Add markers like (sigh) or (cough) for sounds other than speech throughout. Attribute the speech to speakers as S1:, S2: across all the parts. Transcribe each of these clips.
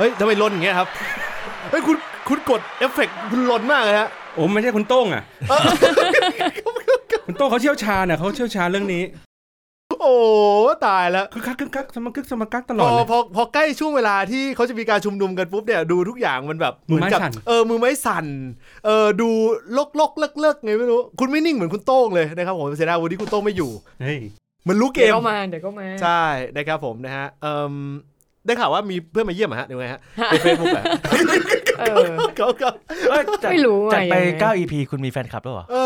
S1: ฮ้ยทำไมลนอย่างเงี้ยครับ เฮ้ยคุณคุณกดเอฟเฟกต์คุณลนมากเลยฮะ
S2: โอ้ไม่ใช่คุณโต้งอ่ะ
S1: (laughs)
S2: คุณโต้งเขาเชี่ยวชาญอ่ะเขาเชี่ยวชาญเรื่องนี้
S1: โอ้ตายแล้ว
S2: คือคักคึกคักสมักคึกสมักคักต
S1: พ
S2: ลอ
S1: อ
S2: ดเลย
S1: พอพอใกล้ช่วงเวลาที่เขาจะมีการชุมนุมกันปุ๊บเนี่ยดูทุกอย่างมันแบบ
S2: มือไม้
S1: เหกับ
S2: สั่น
S1: เออมือไม้สั่นเออดูลกลกเลิกเลิกไงไม่รู้ คุณไม่นิ่งเหมือนคุณโต้งเลยนะครับผมเสียดายวันนี้คุณโต้งไม่อยู่
S2: เฮ้ย
S1: เหมันรู้เก
S3: เดี๋ย
S1: ม
S3: วก็มาเดี๋ยวก็มา
S1: ใช่นะครับผมนะฮะเอมได้ข่าวว่ามีเพื่อนมาเยี่ยมเหรอฮะหรือไงฮะ (laughs) ในเฟซบุ๊กเหรอ
S3: เออ
S1: เขาก็
S4: เอ้ยจัด
S3: ไม่รู้
S4: จัด
S3: ไง
S4: ไป
S3: ยังไง
S4: 9 EP คุณมีแฟนคลับแล้วเหรอ
S1: เอ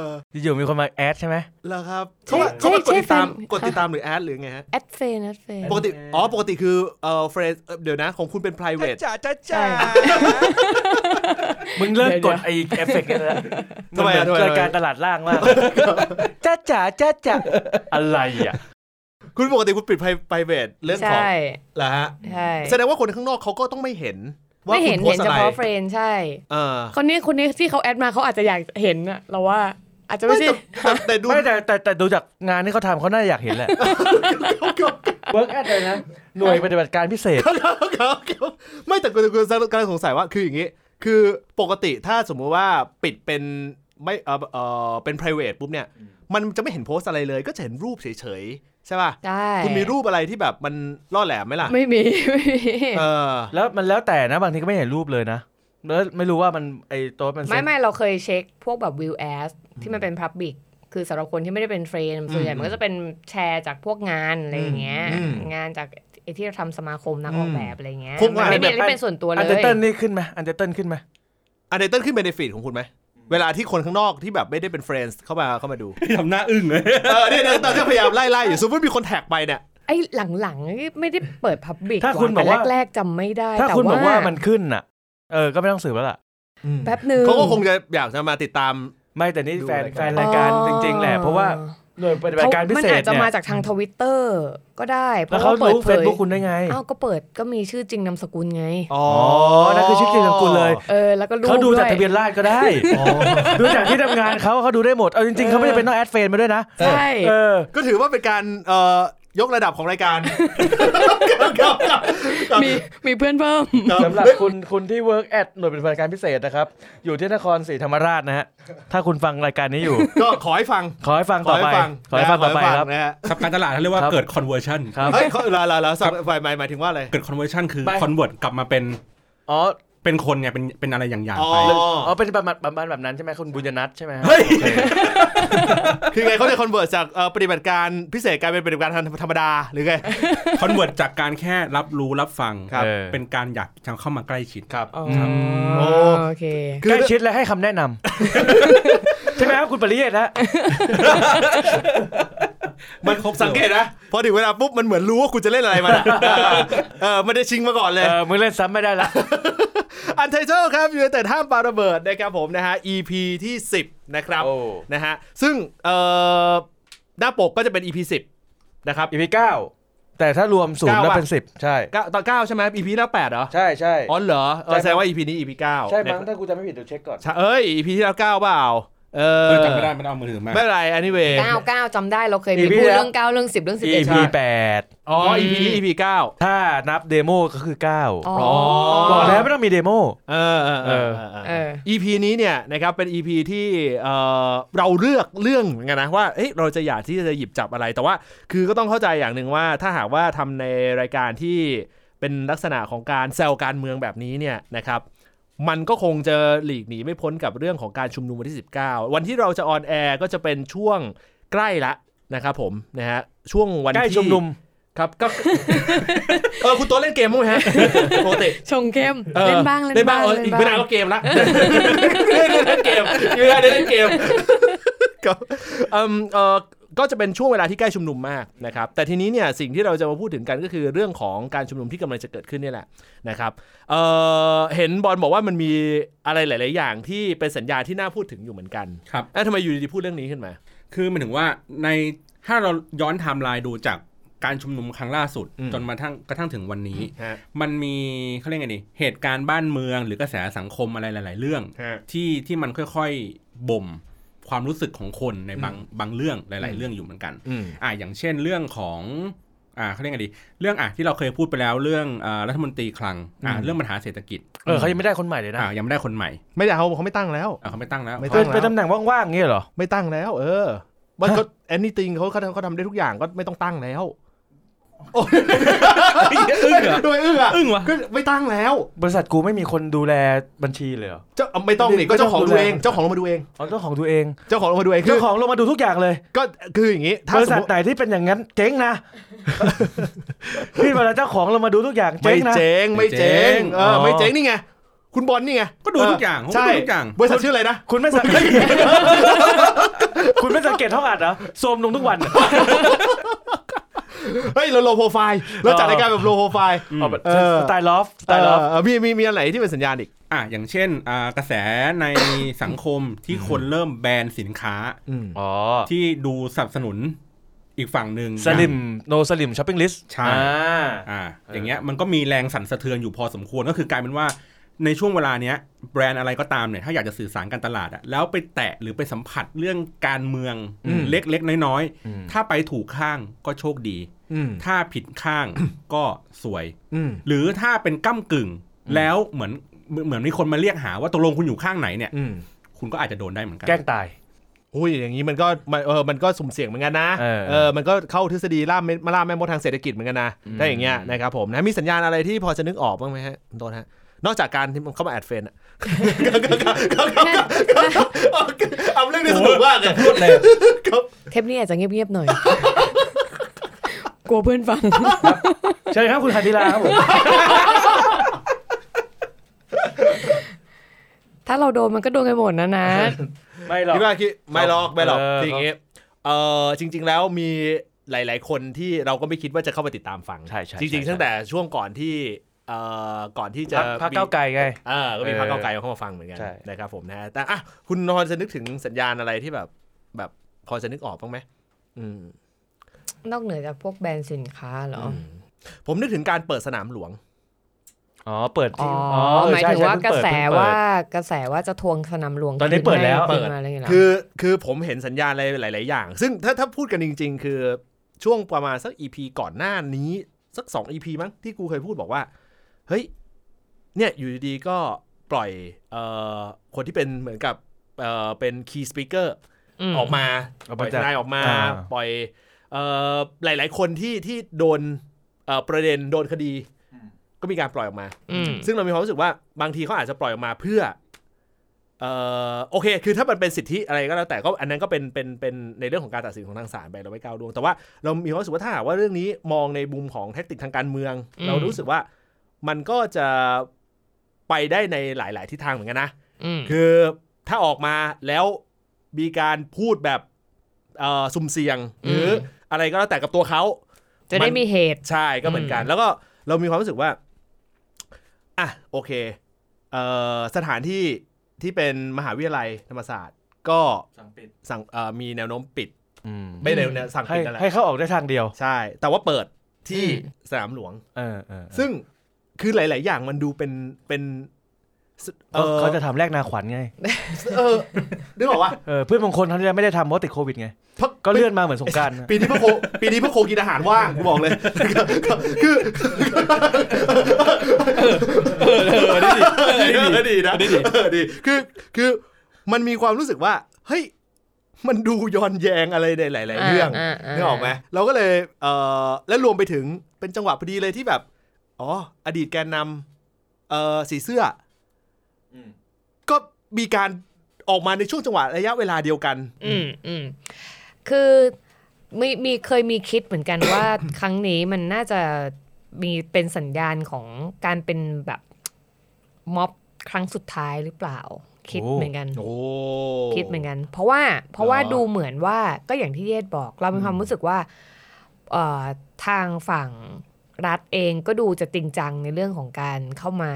S1: อ
S4: อยู่ๆมีคนมาแอดใช่ไหม
S1: แล้วครับเขาว่าเขาว่ากดติดตามกดติดตามหรือแอดหรือไงฮะ
S3: แอดเฟนแอดเฟน
S1: ปกติอ๋อปกติคือเอ่อเฟรนเดี๋ยวนะของคุณเป็น private
S4: จ้าจ้า
S3: ใช่
S4: จ้า (laughs) มึงเลิกกด
S3: เดี๋ยว
S4: ไอเอฟเฟกต์เนี่ยนะ
S1: ทำไมอะ
S4: นเห
S1: ทำไม
S4: นรายการตลาดล่าง
S1: (laughs)
S4: มากจ้าจ๋าจ้าจ๋าอะไรอ่ะ
S1: คุณปกติคุณปิด private เรื่องของ
S3: ใช่
S1: เหรอฮะ
S3: ใช่
S1: แสดงว่าคนข้างนอกเขาก็ต้องไม่เห็น ว่า
S3: ไม่
S1: คุ
S3: เห็
S1: ณ
S3: น
S1: โพสต์อะไร
S3: เห็นเฉพาะเฟรนใช่
S1: เออ
S3: คนนี้คนนี้ที่เขาแอดมาเขาอาจจะอยากเห็นอะเราว่า อาจจะไม่
S1: ไม่
S3: ใช่
S1: แต่แต่แต่ดู
S4: ไม่แต่แต่แต่ดูจากงานที่เขาทำเขาน่าจะอยากเห็นแหละ เวิร์กแอดเลยนะ หน่วยปฏิบัติการพิเศษ
S1: (laughs) ไม่แต่คุณคุณกำลังสงสัยว่าคืออย่างนี้ คือปกติถ้าสมมุติว่าปิดเป็นไม่เออเออเป็น private ปุ๊บเนี่ย มันจะไม่เห็นโพสต์อะไรเลย ก็จะเห็นรูปเฉยๆ ใช่ป่ะ
S3: ใช่
S1: คุณมีรูปอะไรที่แบบมันล่อแหลมไหมล่ะ
S3: ไม่มี (laughs) ไม่มี
S1: เออ
S4: แล้วมันแล้วแต่นะ บางทีก็ไม่เห็นรูปเลยนะ แล้วไม่รู้ว่ามันไอตัวมัน
S3: ไม่ไม่เราเคยเช็คพวกแบบวิวแอสที่มันเป็นพับบิกคือสำหรับคนที่ไม่ได้เป็นเฟรนส่วนใหญ่มันก็จะเป็นแชร์จากพวกงานอะไรอย่างเงี้ย งานจากไอ้ที่เราทำสมาคมนักออกแบบอะไรเงี้ยมันไม่มีอะไรที่เป็นส่วนตัวเล
S4: อัน
S3: ย
S4: เดอร์เติ้ลนี่ขึ้นไหมอันเดอร์เติ้ลขึ้นไหม
S1: อันเดอร์เติ้ลขึ้นไปในฟีดของคุณไหม เวลาที่คนข้างนอกที่แบบไม่ได้เป็นเฟรนด์เข้ามาเข้ามาดู
S2: ทำหน้าอึ้งเลย
S1: เออเนี่ยเดี๋ยวตอนที่พยายามไล่ไล่อยู่สมมติมีคนแท็กไปเนี่ย
S3: ไอ้หลังๆนี่ไม่ได้เปิดพับบิก
S4: ถ้าคุณบอกว่า
S3: แรกๆจำไม่ได้
S4: ถ้า
S3: แต่
S4: คุณบอกว่ามันขึ้นอ่ะ เออ ก็ไม่ต้องสืบแล้วล่ะ
S3: แป๊บหนึง
S1: เขาก็คงจะอยากจะมาติดตาม
S4: ไม่แต่นี่
S1: ดู
S4: แฟน
S1: รายการ
S4: แฟนรายการจริง ๆ แหละ เพราะว่าหน่วยปฏิบัติการพิ
S3: มัน
S4: เศ
S3: อา
S4: ษ
S3: จจะ
S4: เนี่
S3: มาย จากทางทวิตเตอร์ก็ได้ เพ
S4: แล้
S3: ราะ
S4: วเขา
S3: ว่าเปิด
S4: รู้
S3: เผ
S4: เฟซ
S3: ย
S4: บุ๊กคุณได้ไง
S3: อ้าวก็เปิดก็มีชื่อจริงนามสกุลไง
S1: อ๋อ
S4: นั่นคือชื่อจริงของคุณเลย
S3: เออแล้วก็รูป
S4: เขาดูจาก
S3: ว
S4: ทะเบียนราษฎร์ก็ได้ (laughs) ดูจากที่ทำงานเขาเขาดูได้หมด เอาจริง ๆเขาไม่จำเป็นต้องแอดเฟนมาด้วยนะ
S3: ใช่
S4: เออ
S1: ก็ถือว่าเป็นการเอ่อยกระดับของรายการ
S3: มีมีเพื่อนเพิ่ม
S4: สำหรับ (laughs) คุณคุณที่ work at หน่วยปฏิบัติการพิเศษนะครับ อยู่ที่นครศรีธรรมราชนะฮะ ถ้าคุณฟังรายการนี้อยู่
S1: ก็ขอให้ฟัง
S4: (laughs) ขอให้ฟังต่อไป ขอให้ฟังต่อไปครับ
S1: นะฮะ
S2: ครับการตลาดเขาเรียกว่า
S4: ครับ
S2: เกิด conversion
S4: ครับ
S1: เฮ้ยเขาลาลาลาสับหมายหมายถึงว่าอะไร
S2: เกิด conversion คือ
S4: ไป
S2: convert กลับมาเป็น
S4: อ๋อ
S2: เป็นคนไงเป็นเป็นอะไรอย่างๆ
S1: อ๋อ
S2: ไป
S4: อ๋อ เป็นประมาณประมาณแบบนั้นใช่ไหมคุณบุญยนัทใช่ไหมฮะ
S2: เฮ้ย
S1: คือไงเขาจะคอนเวิร์จากเอ่อปฏิบัติการพิเศษกลายเป็นปฏิบัติการธรรมดาหรือไง
S2: คอนเวิร์ตจากการแค่รับรู้รับฟัง
S1: ครับ
S4: เออ
S2: เป็นการอยากจะเข้ามาใกล้ชิด
S1: ครับ
S3: อ๋อ
S1: โอ้
S3: โอเค
S1: คือ
S4: ใกล้ชิดและให้คำแนะนำ (laughs) ใช่ไหมครับคุณปริเยศฮะ
S1: มันสังเกตนะพอถึงเวลาปุ๊บมันเหมือนรู้ว่าคุณจะเล่นอะไรมาน่ะเออเออไม่ได้ชิงมาก่อนเลย
S4: เออมึงเล่นซ้ำไม่ได้ละ
S1: อันไทเทลครับยูไนเต็ดห้ามปาระเบิดนะครับผมนะฮะ EP ที่ 10 นะครับ
S4: โอ้
S1: นะฮะซึ่งเอ่อหน้าปกก็จะเป็น EP 10 นะครับ
S4: อีพีเก้าแต่ถ้ารวมศูนย์
S1: เก้า
S4: แล้ว
S1: ว่ะ
S4: เป็นสิบใช่
S1: เก้าตอน9ใช่ไหม EP ที่แล้ว 8 เหรอ
S4: ใช่ใช่
S1: อ๋อเหรอเออ
S4: ใช่
S1: แสดงว่า EP นี้ EP 9
S4: ใช่มั้งถ้ากูจำไม่ผิดเดี๋ยวเช็คก่อน
S1: เอ้ย EP ที่แล้ว 9 เปล่า เออ
S2: เออจำไม่ได้ไม่ได้เอามือถือมา
S1: ไม่เป็นไร anyway
S3: เก้าเก้าจำได้เราเคยมี
S4: EP
S3: พูด
S4: แล้ว
S3: เรื่องเก้าเรื่องสิบเรื่องสิบเอ็ด
S4: EP แปด
S1: อ๋อ EP นี้ EP 9
S4: ถ้านับเดโมก็คือเก้า
S3: อ๋อ
S4: บอกแล้วไม่ต้องมีเดโม
S1: เออเออเออเออ
S3: เอ
S1: เออ
S3: อ
S1: EP นี้เนี่ยนะครับเป็น EP ที่เอ่อเราเลือกเรื่องเหมือนกันนะว่าเอ๊ะเราจะอยากที่จะหยิบจับอะไรแต่ว่า คือก็ต้องเข้าใจอย่างหนึ่งว่าถ้าหากว่าทำในรายการที่เป็นลักษณะของการแซวการเมืองแบบนี้เนี่ยนะครับมันก็คงจะหลีกหนีไม่พ้นกับเรื่องของการชุมนุมวันที่ 19 วันที่เราจะออนแอร์ก็จะเป็นช่วงใกล้ละนะครับผมนะฮะช่วงวันที่
S4: ใกล้ชุมนุม
S1: ครับก็ (laughs) เออคุณตัวเล่นเกมมั้ยฮะ (laughs) โปรเต
S3: ชงเข้ม
S1: ออ
S3: เล่นบ้างเล่นบ้าง
S1: เอออีกไม่นานก็เกมละ เล่นเกมไม่นานเล่นเกมก็เอิ่มเอ่อก็จะเป็นช่วงเวลาที่ใกล้ชุมนุมมากนะครับ แต่ทีนี้เนี่ยสิ่งที่เราจะมาพูดถึงกันก็คือเรื่องของการชุมนุมที่กำลังจะเกิดขึ้นเนี่ยแหละนะครับเอ่อเห็นบอลบอกว่ามันมีอะไรหลาย ๆ อย่างที่เป็นสัญญาที่น่าพูดถึงอยู่เหมือนกัน
S2: ครับ
S1: เอ้ะทำไมอยู่ดีๆพูดเรื่องนี้ขึ้นมา
S2: คือหมันถึงว่าในถ้าเราย้อนไทม์ไลน์ดูจากการชุมนุมครั้งล่าสุด
S1: อืม
S2: จนมาทั้งกระทั่งถึงวันนี้
S1: ฮะ
S2: มันมีเขาเรียกไงดีเหตุการณ์บ้านเมืองหรือกระแสสังคมอะไรหลาย ๆ เรื่อง
S1: ฮะ
S2: ที่ที่มันค่อยๆบ่มความรู้สึกของคนในบางบางเรื่องหลาย ๆ เรื่องอยู่เหมือนกัน
S1: อืม
S2: อ่าอย่างเช่นเรื่องของ อ่าเขาเรียกไงดี เรื่องอ่ะที่เราเคยพูดไปแล้วเรื่องอ่ารัฐมนตรีคลังอ่า
S1: อืม
S2: เรื่องปัญหาเศรษฐกิจ
S4: เออเขายังไม่ได้คนใหม่เลยนะ
S2: อ่ายังไม่ได้คนใหม่
S1: ไม่ได้เขาเขาไม่ตั้งแล้ว
S2: อ่าเขาไม่ตั้งแล้ว
S1: ไม่ตั้
S4: เป็น
S1: ง
S4: เป็นตำแหน่งว่างๆเงี้ยเหรอ
S1: ไม่ตั้งแล้ว เออว่าเขา anything เขาเขาเขาทำได้ทุกอย่างก็ไม่ต้องตั้งแล้ว
S2: อึ้ง
S1: (laughs)
S2: เหรอ
S1: ทำไมอึ้งอ่ะ
S2: อึ้งวะ
S1: ก็ไม่ตั้งแล้ว
S4: บริษัทกูไม่มีคนดูแลบัญชีเลยเหรอ
S1: เจ้าเอาไม่ต้องนี่ก็เจ้าของดูเองเจ้าของลงมาดูเอง
S4: เอาเจ้าของตัวเอง
S1: เจ้าของลงมาดูเองคื
S4: เจ้า
S1: อ
S4: ของลงมาดูทุกอย่างเลย
S1: ก็คืออย่างนี้ ถ้า
S4: บริ
S1: ส
S4: ษั
S1: ม
S4: ท
S1: มติ
S4: ไหนที่เป็นอย่างนั้นเจ๊งนะ พี่เวลาเจ้าของลงมาดูทุกอย่างเจ๊
S1: ไม่
S4: งนะ
S1: เจ๊งไม่เจ๊งเออ
S4: เจ๊งอ๋อ
S1: ไม่เจ๊งนี่ไงคุณบอลนี่ไง
S2: ก็ดูทุกอย่างเขาก็
S1: ใช่
S2: ดูทุกอย่าง
S1: บริษัทชื่ออะไรนะ
S4: คุณไม่สังเกต คุณไม่สังเกตเท่าอัดเหรอโซมลงทุกวัน
S1: เฮ้ยเราโลโปรไฟล์เราจัดรายการแบบโลโปรไฟล์
S2: อืม
S1: เออ
S4: สไตล์ลอฟสไตล์ลอฟ
S1: เออมีมีมีอะไรที่เป็นสัญญาณอีก
S2: อ่าอย่างเช่นอ่ากระแสใน สังคมที่คนเริ่มแบนสินค้า
S1: อืม
S4: อ๋อ
S2: ที่ดูสนับสนุนอีกฝั่งหนึ่ง
S4: สลิมโนสลิมช้อปปิ้งลิสต์
S2: ใช่
S4: อ่า
S2: อ่า
S4: เออ
S2: อ
S4: อ
S2: ย่างเงี้ยมันก็มีแรงสั่นสะเทือนอยู่พอสมควรก็คือกลายเป็นว่าในช่วงเวลาเนี้ยแบรนด์อะไรก็ตามเนี่ยถ้าอยากจะสื่อสารการตลาดอะแล้วไปแตะหรือไปสัมผัสเรื่องการเมือง
S1: อืม
S2: เล็กๆ น้อยๆ ถ้าไปถูกข้างก็โชคดี
S1: อืม
S2: ถ้าผิดข้าง (coughs) ก็สวย
S1: อืม
S2: หรือถ้าเป็นก้ากึ่ง แล้วเหมือนเหมือนมีคนมาเรียกหาว่าตกลงคุณอยู่ข้างไหนเนี่ย
S1: อืม
S2: คุณก็อาจจะโดนได้เหมือนกัน
S4: แกล้ง (laughs) ตาย
S1: อุ้ยอย่างนี้มันก็มันเออมันก็สุ่มเสี่ยงเหมือนกันนะ
S4: เออ
S1: เออมันก็เข้าทฤษฎีล่ามมาล่าแม่มดทางเศรษฐกิจเหมือนกันนะ
S4: อืม
S1: ถ้าอย่างเงี้ยนะครับผมนะมีสัญญาณอะไรที่พอจะนึกออกบ้างไหมฮะคุณโดนฮะนอกจากการที่มันเข้ามาแอดเฟรนด์อะ เอาเรื่องนี้สนุกมากเลย
S2: พูดเลย
S3: เทปนี้อาจจะเงียบๆหน่อย กลัวเพื่อนฟัง
S4: เชิญครับคุณคาธิลาครับผม
S3: ถ้าเราโดนมันก็โดนกันหมดนะ (laughs) นะ
S4: ไม่หรอก
S1: พี่ว่าคิดไม่หรอกไม่หรอก
S4: เออ
S1: คืออย่างงี้เออจริง ๆ แล้วมีหลาย ๆ คนที่เราก็ไม่คิดว่าจะเข้ามาติดตามฟัง
S4: ใช่ใช่
S1: จริงๆ
S4: ใช่
S1: ตั้งแต่ช่วงก่อนที่เอ่อก่อนที่จะ
S4: พรรคพรรค
S1: มี
S4: ก้าวไกลไง
S1: อ่าก็มีพรรค
S4: เออ
S1: เก้าวไกลเข้ามาฟังเหมือนกัน
S4: ใช่
S1: นะครับผมนะฮะแต่อ่ะคุณนอนจะนึกถึงสัญญาณอะไรที่แบบ แบบพอจะนึกออกบ้างไหมอืม
S3: นอกเหนือจากพวกแบรนด์สินค้าเหรอ
S1: ผมนึกถึงการเปิดสนามหลวง
S4: อ๋อเปิด
S3: อ๋
S4: ที่
S3: อ
S4: เออ
S3: หมาย
S4: ใช่
S3: ถึง
S4: ใช่
S3: ว่ากระแส
S4: เพิ่งเปิดเพิ่งเปิด
S3: ว่ากระแสว่าจะทวงสนามหลวง
S4: ตอนนี้
S3: คื
S4: เปิดแล้ว
S3: ให้เปิดมาอะไรอย่างเงี้ยเหรอ
S1: คือคือผมเห็นสัญญาณอะไรหลาย ๆ อย่าง ซึ่งถ้าถ้าพูดกันจริง ๆ คือช่วงประมาณสัก EP ก่อนหน้านี้สัก 2 EP มั้งที่กูเคยพูดบอกว่า เฮ้ย เนี่ยอยู่ดีๆก็ปล่อยเอ่อคนที่เป็นเหมือนกับเอ่อเป็นคีย์สปีกเกอร์
S3: ม
S1: ออกมา
S4: ออก
S1: ปล่
S4: มา
S1: อยท
S4: จาก
S1: นายออกมา
S4: อ่า
S1: ปล่อยเอ่อหลาย ๆ คนที่ที่โดนเอ่อประเด็นโดนคดี ก็มีการปล่อยออกมา
S3: อืม
S1: ซึ่งเรามีความรู้สึกว่าบางทีเขาอาจจะปล่อยออกมาเพื่อ เอ่อโอเค คือถ้ามันเป็นสิทธิอะไรก็แล้วแต่ก็อันนั้นก็เป็นเป็นเป็นในเรื่องของการตัดสินของทางศาลไปเราไม่ก้าวล่วงแต่ว่าเรามีความรู้สึกว่าถ้าหากว่าเรื่องนี้มองในมุมของแท็กติกทางการเมือง
S3: อืม
S1: เรารู้สึกว่ามันก็จะไปได้ในหลาย ๆ ทิศทางเหมือนกันนะ
S3: อืม
S1: คือถ้าออกมาแล้วมีการพูดแบบเอ่อสุ่มเสี่ยง หรือออะไรก็แล้วแต่กับตัวเขา
S3: จะได้มีเหตุ
S1: ใช่ก็เหมือนกัน
S3: อืม
S1: แล้วก็เรามีความรู้สึกว่าอ่ะโอเคเอ่อสถานที่ที่เป็นมหาวิทยาลัยธรรมศาสตร์ ก็สั่งเอ่อมีแนวโน้มปิด
S4: อืม
S1: ไม่แนวโน้มสั่ง
S4: ให้
S1: ปิดนั่นแหละ
S4: ให้เข้าออกได้ทางเดียว
S1: ใช่ แต่ว่าเปิดที่
S3: อืม
S1: สนามหลวง
S4: เออเออเออ
S1: ซึ่งคือหลาย ๆ อย่างมันดูเป็นเป็นเอ
S4: เขา
S1: อ
S4: เขาจะทำแลกนาขวัญไง
S1: เออนึกออกว่า
S4: เออเพื่อนบางคนเขาจะไม่ได้ทำเพราะติดโควิดไง ก็เลื่อนมาเหมือนสงกราร
S1: ปีนี้พ่อโคปีนี้พ่อโคกินอาหารว่างกูบอกเลย (laughs) คือ
S2: เออได้ดิ
S1: เออดีนะเออดีคือคือมันมีความรู้สึกว่า เฮ้ย มันดูย้อนแยงอะไรในหลาย ๆ เรื่อง
S3: าา
S1: นึกออกไหมเราก็เลยเออและรวมไปถึงเป็นจังหวะพอดีเลยที่แบบ อ๋อ อดีตแกนนำเออสีเสื้ออ
S4: ม
S1: ก็มีการออกมาในช่วงจังหวะระยะเวลาเดียวกัน
S3: อืมอืมคือมีมีเคยมีคิดเหมือนกันว่า (coughs) ครั้งนี้มันน่าจะมีเป็นสัญญาณของการเป็นแบบม็อบครั้งสุดท้ายหรือเปล่า คิด
S4: โอ้
S3: เหมือนกัน
S1: โอ้
S3: คิดเหมือนกัน เพราะว่าเพราะว่า
S1: เหรอ
S3: ดูเหมือนว่าก็อย่างที่เยศบอกเรามีความรู้สึกว่าเอ่อทางฝั่งรัฐเองก็ดูจะจริงจังในเรื่องของการเข้ามา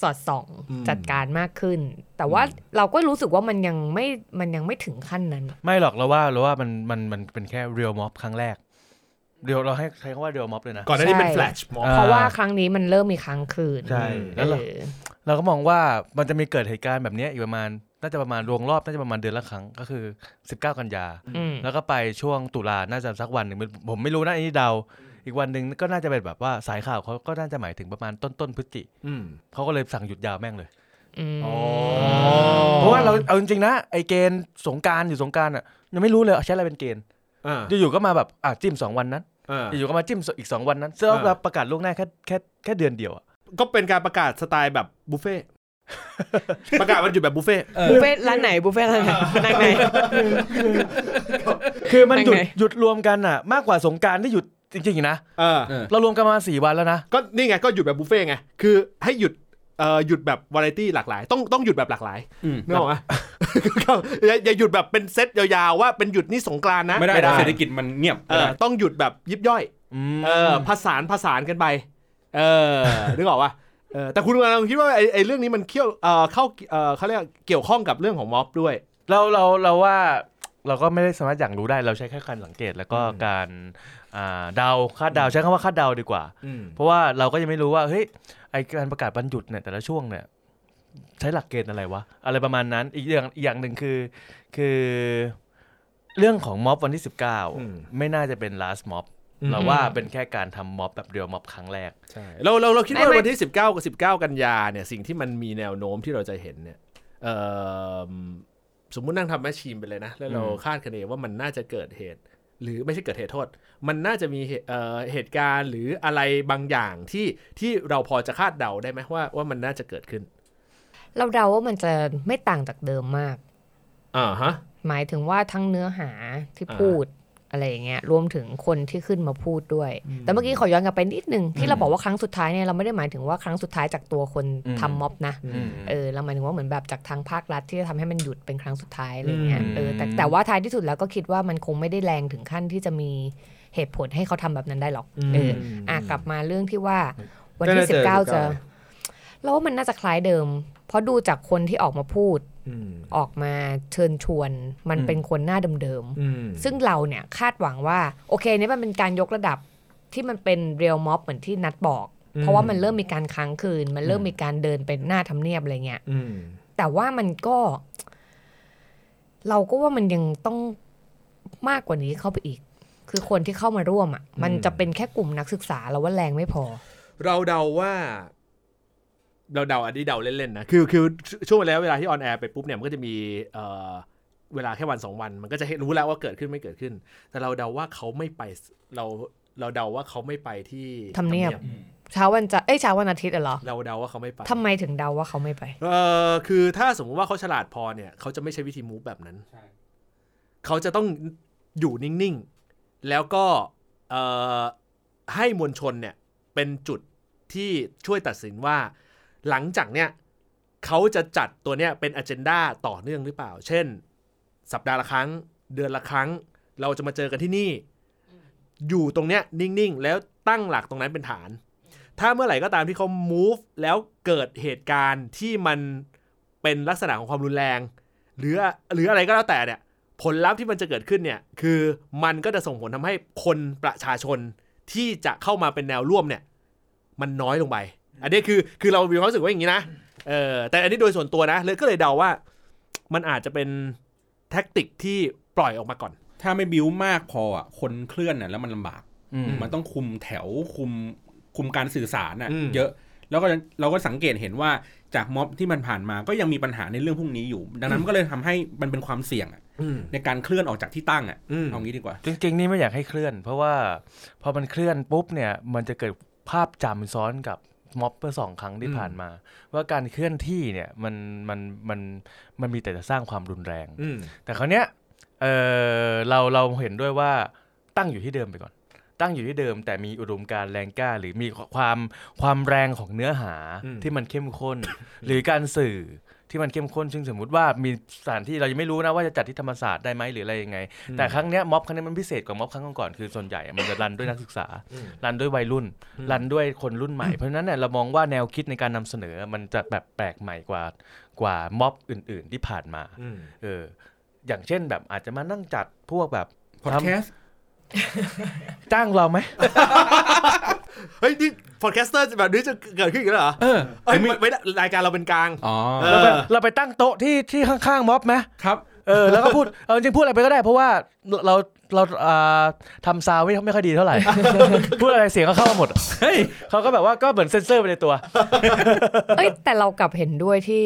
S3: สอดส่องจัดการมากขึ้น แต่ว่าเราก็รู้สึกว่ามันยังไม่มันยังไม่ถึงขั้นนั้น
S4: ไม่หรอกเราว่าเราว่ามันมันมันเป็นแค่เรียลม็อบครั้งแรกเรียลเราให้ใช้คำว่าเรียลม็อบเลยนะ
S1: ก่อนหน้านี้เป็น
S3: ใช่
S1: แฟลชมอบ
S4: อ่
S3: เพราะว่าครั้งนี้มันเริ่มมีค้างคืน
S4: ใช่แล้วเรา
S3: เออ
S4: เราก็มองว่ามันจะมีเกิดเหตุการณ์แบบเนี้ยอีกประมาณน่าจะประมาณรวงรอบน่าจะประมาณเดือนละครั้งก็คือ 19 กันยา
S3: อืม
S4: แล้วก็ไปช่วงตุลาน่าจะสักวันหนึ่งผมผมไม่รู้นะอันนี้เดา อีกวันหนึ่งก็น่าจะเป็นแบบว่าสายข่าวเขาก็น่าจะหมายถึงประมาณต้นต้นพฤศจิ
S1: อืม
S4: เขาก็เลยสั่งหยุดยาวแม่งเลย
S3: อืม
S4: เพราะว่าเราเอาจริงๆนะไอเกณฑ์สงกรารอยู่สงกรารอ่ะยังไม่รู้เลยว่าใช้อะไรเป็นเกณฑ์
S1: อ่า
S4: อยู่ๆก็มาแบบอ่ะจิ้มสองวันนั้น
S1: อ่า
S4: อยู่ๆก็มาจิ้มอีกสองวันนั้นซึ่ง
S1: อ่า
S4: เราประกาศล่วงหน้าแค่แค่แค่เดือนเดียวอะ
S1: ก็เป็นการประกาศสไตล์แบบบุฟเฟ่ ประกาศวันหยุดแบบบุฟเฟ่
S2: เออ
S3: บุฟเฟ่ต์ร้านไหนบุฟ
S4: (laughs)
S3: เฟ่ต์ร้านไหนนั่งไหน
S4: คือมันหยุด
S3: ไปไหน
S4: หยุดรวมกันอ่ะ มากกว่าสงกรารที่หยุดจริงๆนะ
S1: เออ
S2: เออ
S4: (laughs) เรารวมกันมาสี่วันแล้วนะ
S1: ก็นี่ไงก็หยุดแบบบุฟเฟ่ไง คือให้หยุดเอ่อหยุดแบบวาไรตี้หลากหลาย ต้องต้องหยุดแบบหลากหลาย
S2: อืม
S1: นึกออกไหม (laughs) อย่าอย่าหยุดแบบเป็นเซตยาวๆว่าเป็นหยุดนี่สงกรานต์นะ
S2: ไม่ได้
S4: ไม่ได้
S2: เศรษฐกิจมันเงียบ
S1: เออต้องหยุดแบบยิบย่อย เออผสานผสานกันไป เออ นึกออกปะเออแต่คุณกำลังคิดว่าไอ้ไอ้เรื่องนี้มันเกี่ยวเอ่อเข้าเอ่อเขาเรียกเกี่ยวข้องกับเรื่องของม็อบด้วย
S4: เราเราเราว่าเราก็ไม่ได้สามารถอย่างรู้ได้เราใช้แค่การสังเกตแล้วก็การอ่าเดาคาดเดาใช้คำว่าคาดเดาดีกว่า เพราะว่าเราก็ยังไม่รู้ว่าเฮ้ยไอการประกาศวันหยุดเนี่ยแต่ละช่วงเนี่ยใช้หลักเกณฑ์อะไรวะอะไรประมาณนั้นอีกอย่างอีกอย่างหนึ่งคือคือ เรื่องของม็อบวันที่
S1: อืม
S4: 19 ไม่น่าจะเป็น last mob เราว่าเป็นแค่การทำม็อบแบบเดียวม็อบครั้งแรก
S1: ใช่เราเราเราคิดว่า
S3: ไม่ไม่
S1: วันที่ 19กับ19 กันยาเนี่ยสิ่งที่มันมีแนวโน้มที่เราจะเห็นเนี่ยเอ่อสมมุตินั่งทำแมชชีนไปเลยนะ แล้วเรา
S4: อืม
S1: คาดคะเนว่ามันน่าจะเกิดเหตุ หรือไม่ใช่เกิดเหตุโทษ มันน่าจะมีเหตุเอ่อเหตุการณ์หรืออะไรบางอย่างที่ที่เราพอจะคาดเดาได้ไหมว่าว่ามันน่าจะเกิดขึ้น
S3: เราเดาว่ามันจะไม่ต่างจากเดิมมาก
S1: อ่าฮะ
S3: หมายถึงว่าทั้งเนื้อหาที่พูดอะไรอย่างเงี้ยรวมถึงคนที่ขึ้นมาพูดด้วย แต่เมื่อกี้ขอย้อนกลับไปนิดนึงที่เราบอกว่าครั้งสุดท้ายเนี่ยเราไม่ได้หมายถึงว่าครั้งสุดท้ายจากตัวคน
S4: อืม
S3: ทำม็อบนะ
S1: อืม
S3: เออเราหมายถึงว่าเหมือนแบบจากทางภาครัฐที่จะทำให้มันหยุดเป็นครั้งสุดท้ายอะไรเงี้ย
S4: อืม
S3: เออแต่แต่ว่าท้ายที่สุดแล้วก็คิดว่ามันคงไม่ได้แรงถึงขั้นที่จะมีเหตุผลให้เขาทำแบบนั้นได้หรอกเออ อ่ะกลับมาเรื่องที่ว่าวันที่
S1: น่าจะ
S3: สิบเก้า
S1: 19
S3: จะเราว่ามันน่าจะคล้ายเดิม เพราะดูจากคนที่ออกมาพูด
S1: อืม
S3: ออกมาเชิญชวน มัน
S1: อืม
S3: เป็นคนหน้าเดิม
S1: อืม
S3: ๆซึ่งเราเนี่ยคาดหวังว่า โอเคเนี่ยมันเป็นการยกระดับที่มันเป็นเรียลม็อบเหมือนที่นัดบอก เพราะว่ามันเริ่มมีการค้างคืน มันเริ่มมีการเดินเป็นหน้าทำเนียบอะไรเงี้ย
S1: อืม
S3: แต่ว่ามันก็ เราก็ว่ามันยังต้องมากกว่านี้เข้าไปอีก คือคนที่เข้ามาร่วมอ่ะ มันจะเป็นแค่กลุ่มนักศึกษาเราว่าแรงไม่พอ
S1: เราเดาว่า เราเดาอันนี้เดาเล่นๆนะคือคือช่วงระยะเวลาที่ออนแอร์ไปปุ๊บเนี่ยมันก็จะมีเอ่อเวลาแค่วันสองวัน มันก็จะให้รู้แล้วว่าเกิดขึ้นไม่เกิดขึ้น แต่เราเดาว่าเขาไม่ไปเราเราเดาว่าเขาไม่ไปที่
S3: ทำเนียบ เช้าวันจะเอ้ยเช้าวันอาทิตย์อะเหรอ
S1: เราเดาว่าเขาไม่ไป
S3: ทำไมถึงเดาว่าเขาไม่ไป
S1: เออคือถ้าสมมุติว่าเขาฉลาดพอเนี่ยเขาจะไม่ใช้วิธีมูฟแบบนั้น เขาจะต้องอยู่นิ่ง ๆ แล้วก็เอ่อให้มวลชนเนี่ยเป็นจุดที่ช่วยตัดสินว่า หลังจากเนี่ยเขาจะจัดตัวเนี่ยเป็นอ g e n d a ต่อเนื่องหรือเปล่า เช่น สัปดาห์ละครั้ง เดือนละครั้ง เราจะมาเจอกันที่นี่ อยู่ตรงเนี้ยนิ่ง ๆ แล้วตั้งหลักตรงนั้นเป็นฐาน ถ้าเมื่อไหร่ก็ตามที่เขา move แล้วเกิดเหตุการณ์ที่มันเป็นลักษณะของความรุนแรง หรือหรืออะไรก็แล้วแต่เนี่ย ผลลัพธ์ที่มันจะเกิดขึ้นเนี่ย คือมันก็จะส่งผลทำให้คนประชาชนที่จะเข้ามาเป็นแนวร่วมเนี่ย มันน้อยลงไป อันนี้คือคือเรามีความรู้สึกว่าอย่างนี้นะเออแต่อันนี้โดยส่วนตัวนะ เลยก็เลยเดาว่า มันอาจจะเป็นแท็กติกที่ปล่อยออกมาก่อน
S2: ถ้าไม่บิ้วมากพออ่ะคนเคลื่อนน่ะแล้วมันลำบาก
S4: อืม
S2: มันต้องคุมแถวคุมคุมการสื่อสารน่ะ
S1: อืม
S2: เยอะ แล้วก็เราก็สังเกตเห็นว่าจากม็อบที่มันผ่านมาก็ยังมีปัญหาในเรื่องพวกนี้อยู่ ดังนั้นมันก็เลยทำให้มันเป็นความเสี่ยงอะ
S1: อืม
S2: ในการเคลื่อนออกจากที่ตั้งอ่ะ
S1: อืม
S2: เอางี้ดีกว่า
S4: จริงๆนี่ไม่อยากให้เคลื่อน เพราะว่าพอมันเคลื่อนปุ๊บเนี่ยมันจะเกิดภาพจำซ้อนกับม็อบเมื่อสองครั้งที่ผ่านมา ว่าการเคลื่อนที่เนี่ยมันมันมันมันมีแต่จะสร้างความรุนแรง
S1: อืม
S4: แต่คราวเนี้ยเออเราเราเห็นด้วยว่าตั้งอยู่ที่เดิมไปก่อน ตั้งอยู่ที่เดิม แต่มีอุดมการณ์แรงกล้า หรือมีความความแรงของเนื้อหา
S1: อืม
S4: ที่มันเข้มข้น หรือการสื่อที่มันเข้มข้นซึ่งสมมุติว่ามีสถานที่เรายังไม่รู้นะว่าจะจัดที่ธรรมศาสตร์ได้ไหมหรืออะไรยังไง แต่ครั้งเนี้ยม็อบครั้งเนี้ยมันพิเศษกว่าม็อบครั้งก่อนๆคือส่วนใหญ่อะมันจะรันด้วยนักศึกษา รันด้วยวัยรุ่น รันด้วยคนรุ่นใหม่ เพราะฉะนั้นเนี่ยเรามองว่าแนวคิดในการนำเสนอมันจะแบบแปลกใหม่กว่ากว่าม็อบอื่น ๆ ที่ผ่านมา
S1: อืม
S4: เอออย่างเช่นแบบอาจจะมานั่งจัดพวกแบบ
S2: พอด
S4: ทำ
S2: แคสต์
S4: จ้างเราไหม
S1: เฮ้ยนี่พอดแคสเตอร์แบบนี้จะเกิดขึ้นอีกแล้วเหรอ
S2: เออ
S1: เอ้ยไม่ไม่ได้รายการเราเป็นกลาง
S2: อ๋อ
S1: เออ
S4: เราไปเราไปตั้งโต๊ะที่ที่ข้างๆม็อบไหม
S2: ครับ
S4: เออแล้วก็พูด เอาจริงๆพูดอะไรไปก็ได้เพราะว่าเราเรา เราอ่าทำซาวด์ไม่ไม่ค่อยดีเท่าไหร่ พูดอะไรเสียงก็เข้ามาหมด
S2: เฮ้ย
S4: เขาก็แบบว่าก็เหมือนเซ็นเซอร์ไปในตัว
S3: เอ้ยแต่เรากลับเห็นด้วยที่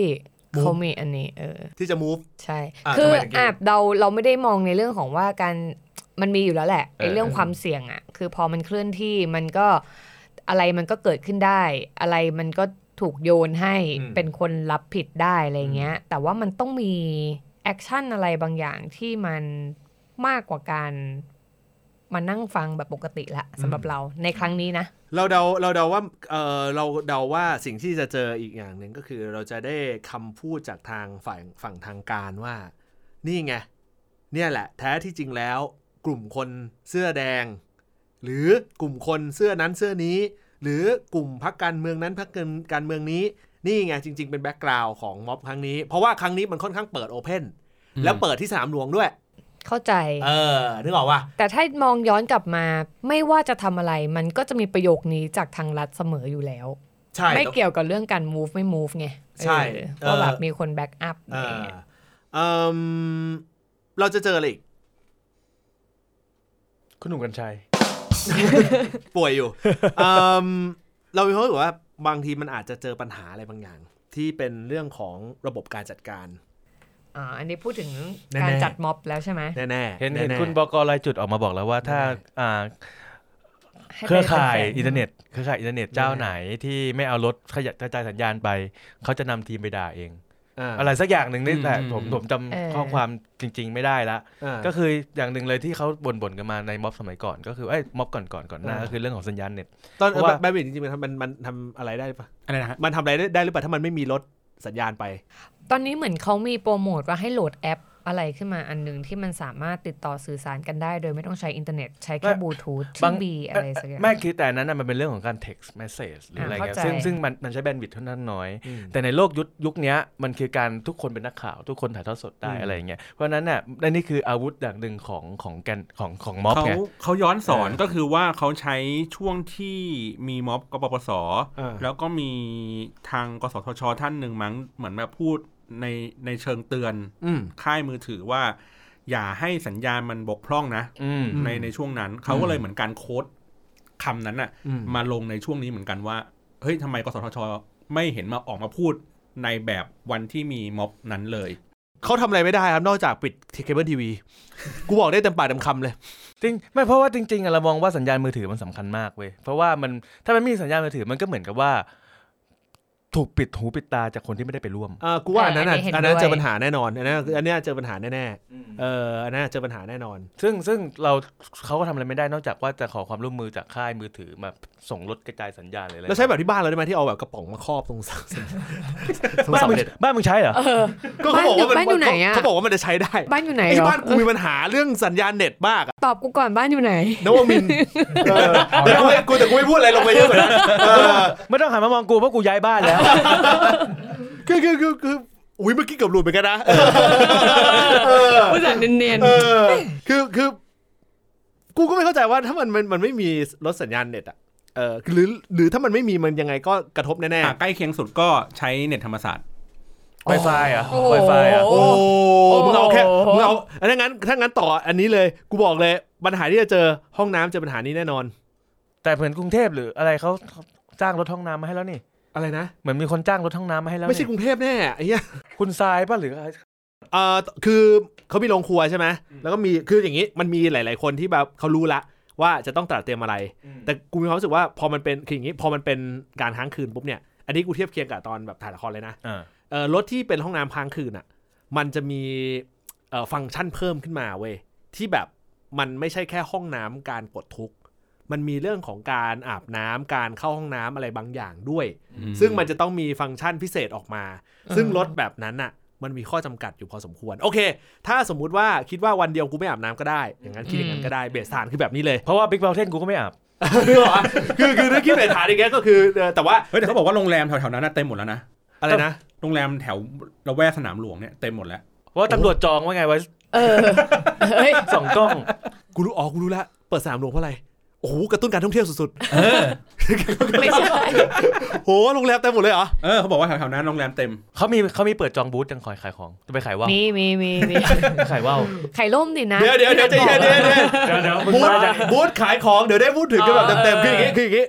S3: เขามีอันนี้เออ
S1: ที่จะ move
S3: ใช่
S1: อ่ะ
S3: คื
S1: ทำ
S3: อ
S1: ไมถึงคิด
S3: อ่ะเราเราไม่ได้มองในเรื่องของว่าการมันมีอยู่แล้วแหละไอ้
S4: เออ
S3: เรื่องความเสี่ยงอ่ะ คือพอมันเคลื่อนที่มันก็อะไรมันก็เกิดขึ้นได้ อะไรมันก็ถูกโยนให้
S1: อืม
S3: เป็นคนรับผิดได้อะไรเงี้ย แต่ว่ามันต้องมีแอคชั่นอะไรบางอย่างที่มันมากกว่าการมานั่งฟังแบบปกติละสำหรับเราในครั้งนี้นะ
S1: เราเดาเราเดาว่าเออเราเดาว่าสิ่งที่จะเจออีกอย่างหนึ่งก็คือเราจะได้คำพูดจากทางฝ่ายฝั่งทางการว่า นี่ไง เนี่ยแหละ แท้ที่จริงแล้วกลุ่มคนเสื้อแดง หรือกลุ่มคนเสื้อนั้นเสื้อนี้ หรือกลุ่มพักการเมืองนั้นพักการเมืองนี้ นี่ไงจริง ๆ เป็นแบ็กกราวด์ของม็อบครั้งนี้ เพราะว่าครั้งนี้มันค่อนข้างเปิดโอเพน
S2: อืม
S1: แล้วเปิดที่สนามหลวงด้วย
S3: เข้าใจ
S1: เออนึกออกว่า
S3: แต่ถ้ามองย้อนกลับมาไม่ว่าจะทำอะไร มันก็จะมีประโยคนี้จากทางรัฐเสมออยู่แล้ว
S1: ใช่
S3: ไม่เกี่ยวกับเรื่องการ move ไม่ move ไง
S1: ใช่
S3: เออ
S1: เออ
S3: ว่าแบบมีคนแบ็กอัพ
S1: เออเอมเราจะเจออะไรอีก
S4: คุณหนุ่มกัญชัย
S1: ป่วยอยู่ เอิ่มเรามีความรู้สึกว่าบางทีมันอาจจะเจอปัญหาอะไรบางอย่าง ที่เป็นเรื่องของระบบการจัดการ
S3: อ่าอันนี้พูดถึง
S1: แน่ๆ
S3: การจัดม็อบแล้วใช่ไหม
S1: แน่ๆ
S4: เห็นเห็น
S1: แๆ
S4: คุณบกรายจุดออกมาบอกแล้วว่าถ้าอ่า
S3: ให้
S4: เครือข่าย
S3: ไปป็นแสน
S4: อินเทอร์เน็ตเครือข่ายอินเทอร์เน็ตเจ้า
S1: แน่
S4: ไหนที่ไม่เอารถขยะกระจายสัญญาณไปเขาจะนำทีมไปด่าเอง
S1: อ่า
S4: อะไรสักอย่างหนึ่งนี่แหละ
S2: อืม
S4: ผมผมจำข้อความจริง ๆ ไม่ได้ละ
S1: อ่า
S4: ก็คืออย่างหนึ่งเลยที่เขาบ่นๆกันมาในม็อบสมัยก่อนก็คือไอ้ยม็อบก่อนๆก่อนหน้า
S1: อ่า
S4: ก็คือเรื่องของสัญญาณเน็ต
S1: ตอน
S4: เพราะว่า
S1: แบดมินจริงๆมันทำมันมันทำอะไรได้ปะ
S2: อะไรนะฮะ
S1: มันทำอะไรได้ได้หรือเปล่าถ้ามันไม่มีรถสัญญาณไป
S3: ตอนนี้เหมือนเขามีโปรโมทว่าให้โหลดแอปอะไรขึ้นมาอันหนึ่งที่มันสามารถติดต่อสื่อสารกันได้ โดยไม่ต้องใช้อินเทอร์เน็ต ใช้แค่
S4: ไม่
S3: บลูทูธที่
S4: บาง
S3: บีอะไรสักอย่าง
S4: ไม่คือแต่อันนั้นนะมันเป็นเรื่องของการ text message หรืออะไรเงี้
S3: อ่า
S4: ย
S3: เข้าใจ
S4: ซึ่งซึ่งมันมันใช้แบนด์วิดท์เท่านั้นน้อย
S1: อืม
S4: แต่ในโลกยุคยุคเนี้ยมันคือการทุกคนเป็นนักข่าว ทุกคนถ่ายทอดสดได้
S1: อืม
S4: อะไรอย่างเงี้ยเพราะฉะนั้นน่ะนั่นนี่คืออาวุธอย่างหนึ่งของของแกนของของม็อบ
S2: เขา
S4: ไง
S2: เขาย้อนสอนก็คือว่าเขาใช้ช่วงที่มีม็อบกปปส
S1: เออ
S2: แล้วก็มีทางกสทช ท่านหนึ่งมั้งเหมือนแบบพูดในในเชิงเตือน
S1: อืม
S2: ค่ายมือถือว่า อย่าให้สัญญาณมันบกพร่องนะ
S4: อืม
S2: ในในช่วงนั้นเขาก็เลยเหมือนการโค้ดคำนั้นน่ะ
S1: อืม
S2: มาลงในช่วงนี้เหมือนกันว่า เฮ้ยทำไมกสทช ไม่เห็นมาออกมาพูดในแบบวันที่มีม็อบนั้นเลย
S1: เขาทำอะไรไม่ได้ครับ นอกจากปิดเคเบิลทีวี กูบอกได้เต็มปากเต็มคำเลย
S4: จริงไม่เพราะว่าจริงๆอะเรามองว่าสัญญาณมือถือมันสำคัญมากเว้ยเพราะว่ามันถ้ามันไม่มีสัญญาณมือถือมันก็เหมือนกับว่า ถูกปิดหูปิดตาจากคนที่ไม่ได้ไปร่วม
S1: เออกูว่าอันนั้นอ่ะ
S3: เอออัน
S1: อัน
S3: นี้เห็น
S1: นั้น
S3: ด้วย
S1: เจอปัญหาแน่นอนอันนั้นอันเนี้ยเจอปัญหาแน่ๆเอออันนั้นเจอปัญหาแน่นอน
S4: ซึ่งซึ่งเราเขาก็ทำอะไรไม่ได้นอกจากว่าจะขอความร่วมมือจากค่ายมือถือมาส่งรถกระจายสัญญาณหรืออะไร
S1: แล้วใช้แบบที่บ้านเราได้ไหมที่เอาแบบกระป๋องมาครอบตรงเสาตรง
S4: บ้าน
S1: เสา
S4: มึง
S1: เหล็ก
S4: บ้านมึงใช้เหรอ
S1: ก็เขาบอกว่ามั
S3: บ้านอยู่ไหนอะ
S1: เขาบอกว่ามันจะใช้ได้
S3: บ้านอยู่ไหน
S1: ไอ้
S3: เหรอ
S1: บ้านกูมีปัญหาเรื่องสัญญาณเน็ตมากอะ
S3: ตอบกูก่อนบ้านอยู่ไหน
S1: นวมินทร์เออแต่กูไม่กูแต่กูไม่พูดอะไรลงไปเยอะกว่านั้นเออ
S4: ไม่ต้องหันมามองกูเพราะกูย้ายบ้านแล้ว
S1: คือคือคือคืออุ้ยเมื่อกี้เกับหลุดไปกันนะเออ
S3: ผู้จัดเนียน
S1: เออคือคือ กูก็ไม่เข้าใจว่าถ้ามันมันมันไม่มีรถสัญญาณเน็ตอ่ะเออหรือหรือถ้ามันไม่มีมันยังไงก็กระทบแน่
S2: อ่ะใกล้เคียงสุดก็ใช้เน็ตธรรมศาสตร์
S4: Wi-Fi อ่ะ
S3: โอ้โห
S4: Wi-Fi อ่ะ
S1: ๆโอ้มึงเอาแค่
S3: โอ้โห
S1: มึงเอาถ้างั้นถ้างั้นต่ออันนี้เลย กูบอกเลยปัญหาที่จะเจอห้องน้ำเจอปัญหานี้แน่นอน
S4: แต่เหมือนกรุงเทพหรืออะไรเขาเขาจ้างรถห้องน้ำมาให้แล้วนี่
S1: อะไรนะ
S4: เหมือนมีคนจ้างรถห้องน้ำมาให้แล้ว
S1: ไม่ใช่
S4: นี่
S1: กรุงเทพแน่ไอ้เหี้ย
S4: คุณทรายป่ะหรืออะไร
S1: เอ่อคือเขามีโรงครัวใช่ไหมแล้วก็มีคืออย่างนี้มันมีหลาย ๆ คนที่แบบเขารู้ละว่าจะต้องตระเตรียมอะไร
S4: อืม
S1: แต่กูมีความรู้สึกว่าพอมันเป็นคืออย่างนี้พอมันเป็นการค้างคืนปุ๊บเนี่ยอันนี้กูเทียบเคียงกับตอนแบบถ่ายละครเลยนะ
S4: อ่า
S1: เอ่อรถที่เป็นห้องน้ำค้างคืนอ่ะ มันจะมีเอ่อฟังก์ชันเพิ่มขึ้นมาเว้ยที่แบบมันไม่ใช่แค่ห้องน้ำการกดทุกข์มันมีเรื่องของการอาบน้ำการเข้าห้องน้ำอะไรบางอย่างด้วย ซึ่งมันจะต้องมีฟังก์ชันพิเศษออกมา ซึ่งรถแบบนั้นน่ะ มันมีข้อจำกัดอยู่พอสมควร โอเค ถ้าสมมุติว่าคิดว่าวันเดียวกูไม่อาบน้ำก็ได้ อย่างนั้นคิดอย่างนั้นก็ได้ เบสฐานคือแบบนี้เลย
S4: เพราะว่าบิ๊กเบลเทนกูก็ไม่อาบ
S1: คือ (laughs) เหรอคือคือถ้าคิดเบสฐานอย่างเงี้ยก็คือเออแต่ว่า
S2: เฮ้ยแต่เขาบอกว่าโรงแรมแถวๆนั้นนะเต็มหมดแล้วนะ
S1: อะไรนะ
S2: โรงแรมแถวระแวกสนามหลวงเนี่ยเต็มหมดแล้ว
S4: เพราะว่าตำรวจจองว่าไงไว้
S3: เออเฮ้ย
S4: สองกล้อง
S1: กูรู้อ๋อกูรู้แล้ว เปิดสนามหลวงเพราะอะไร โอ้โห กระตุ้นการท่องเที่ยวสุด
S3: ไม่ใช่
S1: โหโรงแรมเต็มหมดเลยเหรอ
S2: เออเขาบอกว่าแถวๆนั้นโรงแรมเต็ม
S4: เขามีเขามีเปิดจองบูธยังขายขายของจะไปขายว่าว
S3: มีมีมีมี
S4: ขายว่าว
S3: ไข่ล่มดินะ
S1: เดี๋ยวเดี๋ยวเดี๋ยวใจเย็นเดี๋ยวเดี๋ยว
S4: เดี๋ยวเดี๋ยวมึง
S1: บูธ
S4: มาจาก
S1: บูธขายของเดี๋ยวได้พูดถึงกันแบบเต็มๆคืออย่างงี้คืออย่างงี้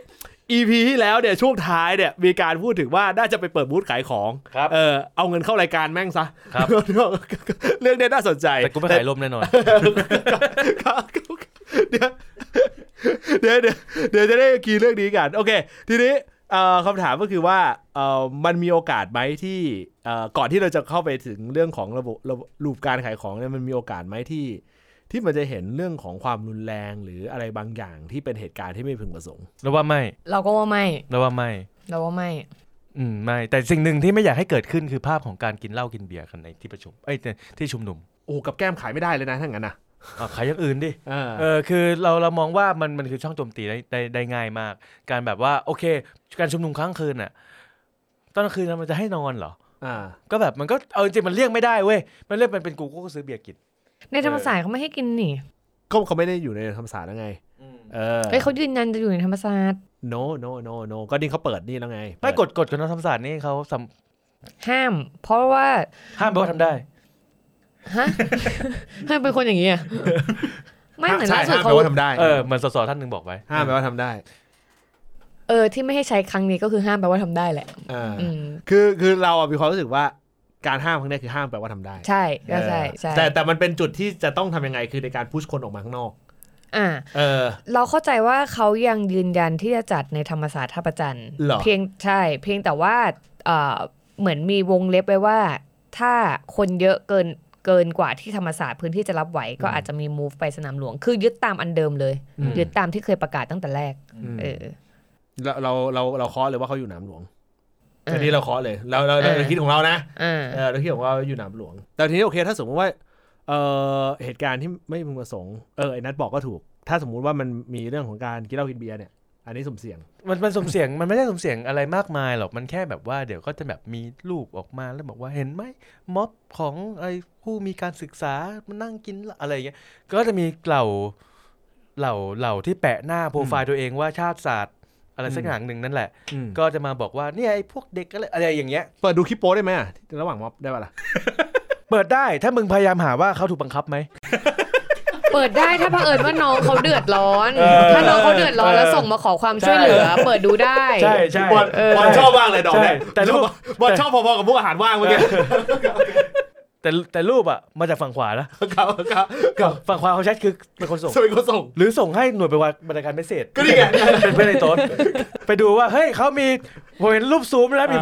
S1: EP ที่แล้วเนี่ยช่วงท้ายเนี่ยมีการพูดถึงว่าน่าจะไปเปิดบูธขายของ
S4: ครับ
S1: เออเอาเงินเข้ารายการแม่งซะ
S4: ครับ
S1: เรื่องเนี้ยน่าสนใจ
S4: แต่กูไม่ขายลมแน่นอน
S1: ครับเดี๋ยวเดี๋ยวเดี๋ยวเดี๋ยวจะได้กีเรื่องนี้กัน โอเค ทีนี้เอ่อคำถามก็คือว่าเอ่อมันมีโอกาสไหมที่เอ่อก่อนที่เราจะเข้าไปถึงเรื่องของระบบระบบรูปการขายของเนี่ยมันมีโอกาสไหมที่ ที่มันจะเห็นเรื่องของความรุนแรงหรืออะไรบางอย่างที่เป็นเหตุการณ์ที่ไม่พึงประสงค์
S4: แล้วว่าไม่
S3: เราก็ว่าไม่
S4: แล้วว่าไม่
S3: เราว่าไม่
S4: อืมไม่ แต่สิ่งหนึ่งที่ไม่อยากให้เกิดขึ้นคือภาพของการกินเหล้ากินเบียร์กันในที่ประชุมเอ้ยในที่ชุมนุม
S1: โอ้กับแก้มขายไม่ได้เลยนะถ้างั้นนะ
S4: อ่ะขายอย่างอื่นดิ
S1: เออ
S4: เออคือเราเรามองว่ามันมันคือช่องโจมตีได้ได้ได้ง่ายมาก การแบบว่าโอเค การชุมนุมค้างคืนน่ะตอนกลางคืนมันจะให้นอนเหรอ
S1: อ่า
S4: ก็แบบมันก็เอาจริงๆมันเรียกไม่ได้เว้ยมันเรียกมันเป็นกูก็ซื้อเบียร์กิน
S3: ในธรรมศาสตร์เขาไม่ให้กินนี่
S1: ก็เขาไม่ได้อยู่ในธรรมศาสตร์แล้วไง เออ
S3: เฮ้ยเขายืนยันจะอยู่ในธรรมศาสตร์
S1: no no no no ก็นี่เขาเปิดนี่แล้วไง
S4: ไม่กฎกฎของธรรมศาสตร์นี่เขาสำ
S3: ห้าม เพราะว่า
S4: ห้ามแปลว่าทำได้
S3: ฮะ (laughs) ให้เป็นคนอย่างนี้อะไม่เหมือน
S1: ใช่
S3: ล่าสุ
S1: ห้า
S3: ด
S1: ม
S3: เขา
S1: แปลว่าทำได้
S4: เออเหมือนสสท่านหนึ่งบอกไว้
S1: ห้ามแปลว่าทำได้
S3: เออที่ไม่ให้ใช้ครั้งนี้ก็คือห้ามแปลว่าทำได้แหละ
S1: อ่า
S3: อืม
S1: คือคือเราอะมีความรู้สึกว่าการห้ามครั้งเนี้ยคือห้ามแปลว่าทำได้
S3: ใช่ก็ใช่
S1: เออ
S3: ใช่
S1: แต่แต่มันเป็นจุดที่จะต้องทำยังไงคือในการพุชคนออกมาข้างนอก
S3: อ่า
S1: เออ
S3: เราเข้าใจว่าเขายังยืนยันที่จะจัดในธรรมศาสตร์ท่าประจันทร์
S1: เหรอ
S3: เพียงใช่ เพียงแต่ว่าเอ่อเหมือนมีวงเล็บไว้ว่า ถ้าคนเยอะเกินเกินกว่าที่ธรรมศาสตร์พื้นที่จะรับไหวก็อาจจะมี move ไปสนามหลวง คือยึดตามอันเดิมเลย
S1: อืม
S3: ยึดตามที่เคยประกาศตั้งแต่แรกเออ
S1: เราเราเราเราเคาะเลยว่าเขาอยู่หนามหลวง
S3: เออ
S1: อันนี้เราเคาะเลยเราเราเรา
S3: เออ
S1: คิดของเรานะ
S3: อ่า
S1: เออเราคิดของเราอยู่หนามหลวง แต่ทีนี้โอเคถ้าสมมติว่าเออเหตุการณ์ที่ไม่พึงประสงค์เออไอ้นัทบอกก็ถูก ถ้าสมมุติว่ามันมีเรื่องของการกินเหล้ากินเบียร์เนี่ยอันนี้สมเสี่ยง
S4: มันมันสมเสียงมันไม่ได้สมเสียงอะไรมากมายหรอกมันแค่แบบว่าเดี๋ยวก็จะแบบมีรูปออกมาแล้วบอกว่าเห็นไหมม็อบของไอ้ผู้มีการศึกษามันนั่งกินเหล้าอะไรอย่างเงี้ยก็จะมีเหล่าเหล่าเหล่าที่แปะหน้าโปรไฟล์ตัวเองว่าชาติศาสตร์อะไรสัก
S1: อืม
S4: อย่างหนึ่งนั่นแหละ
S1: อืม
S4: ก็จะมาบอกว่าเนี่ยไอ้พวกเด็กอะไรอะไรอย่างเงี้ย
S1: เปิดดูคลิปโป้ได้ไหมอะระหว่างม็อบได้ปะล่ะ
S4: เปิดได้ถ้ามึงพยายามหาว่าเขาถูกบังคับไหม
S3: เปิดได้ถ้าเผอิญว่าน้องเขาเดือดร้อน
S4: เออ
S3: ถ้าน้องเขาเดือดร้อน
S4: เออ
S3: แล้วส่งมาขอความช่วยเหลือ
S4: ใช่
S3: เปิดดูได้
S4: ใช่ใช่
S1: บอลชอบว่างเลยดอกเนี่ย
S4: ใช่แต่รูป
S1: บอลชอบพอๆกับพวกอาหารว่างเมื่อกี้
S4: แต่แต่รูปอ่ะมาจากฝั่งขวานะครับ
S1: ครับครับ
S4: ฝั่งขวาเขาแชทคือเป็นคนส่ง
S1: สวยก็ส่ง
S4: หรือส่งให้หน่วยปฏิบัติบรรณาการพิเศษ
S1: ก็นี่ไง
S4: เป็นเพื่อนใน
S1: (laughs)
S4: โต๊ดไปดูว่า เฮ้ยเขามีผมเห็นรูปซูมแล้วมี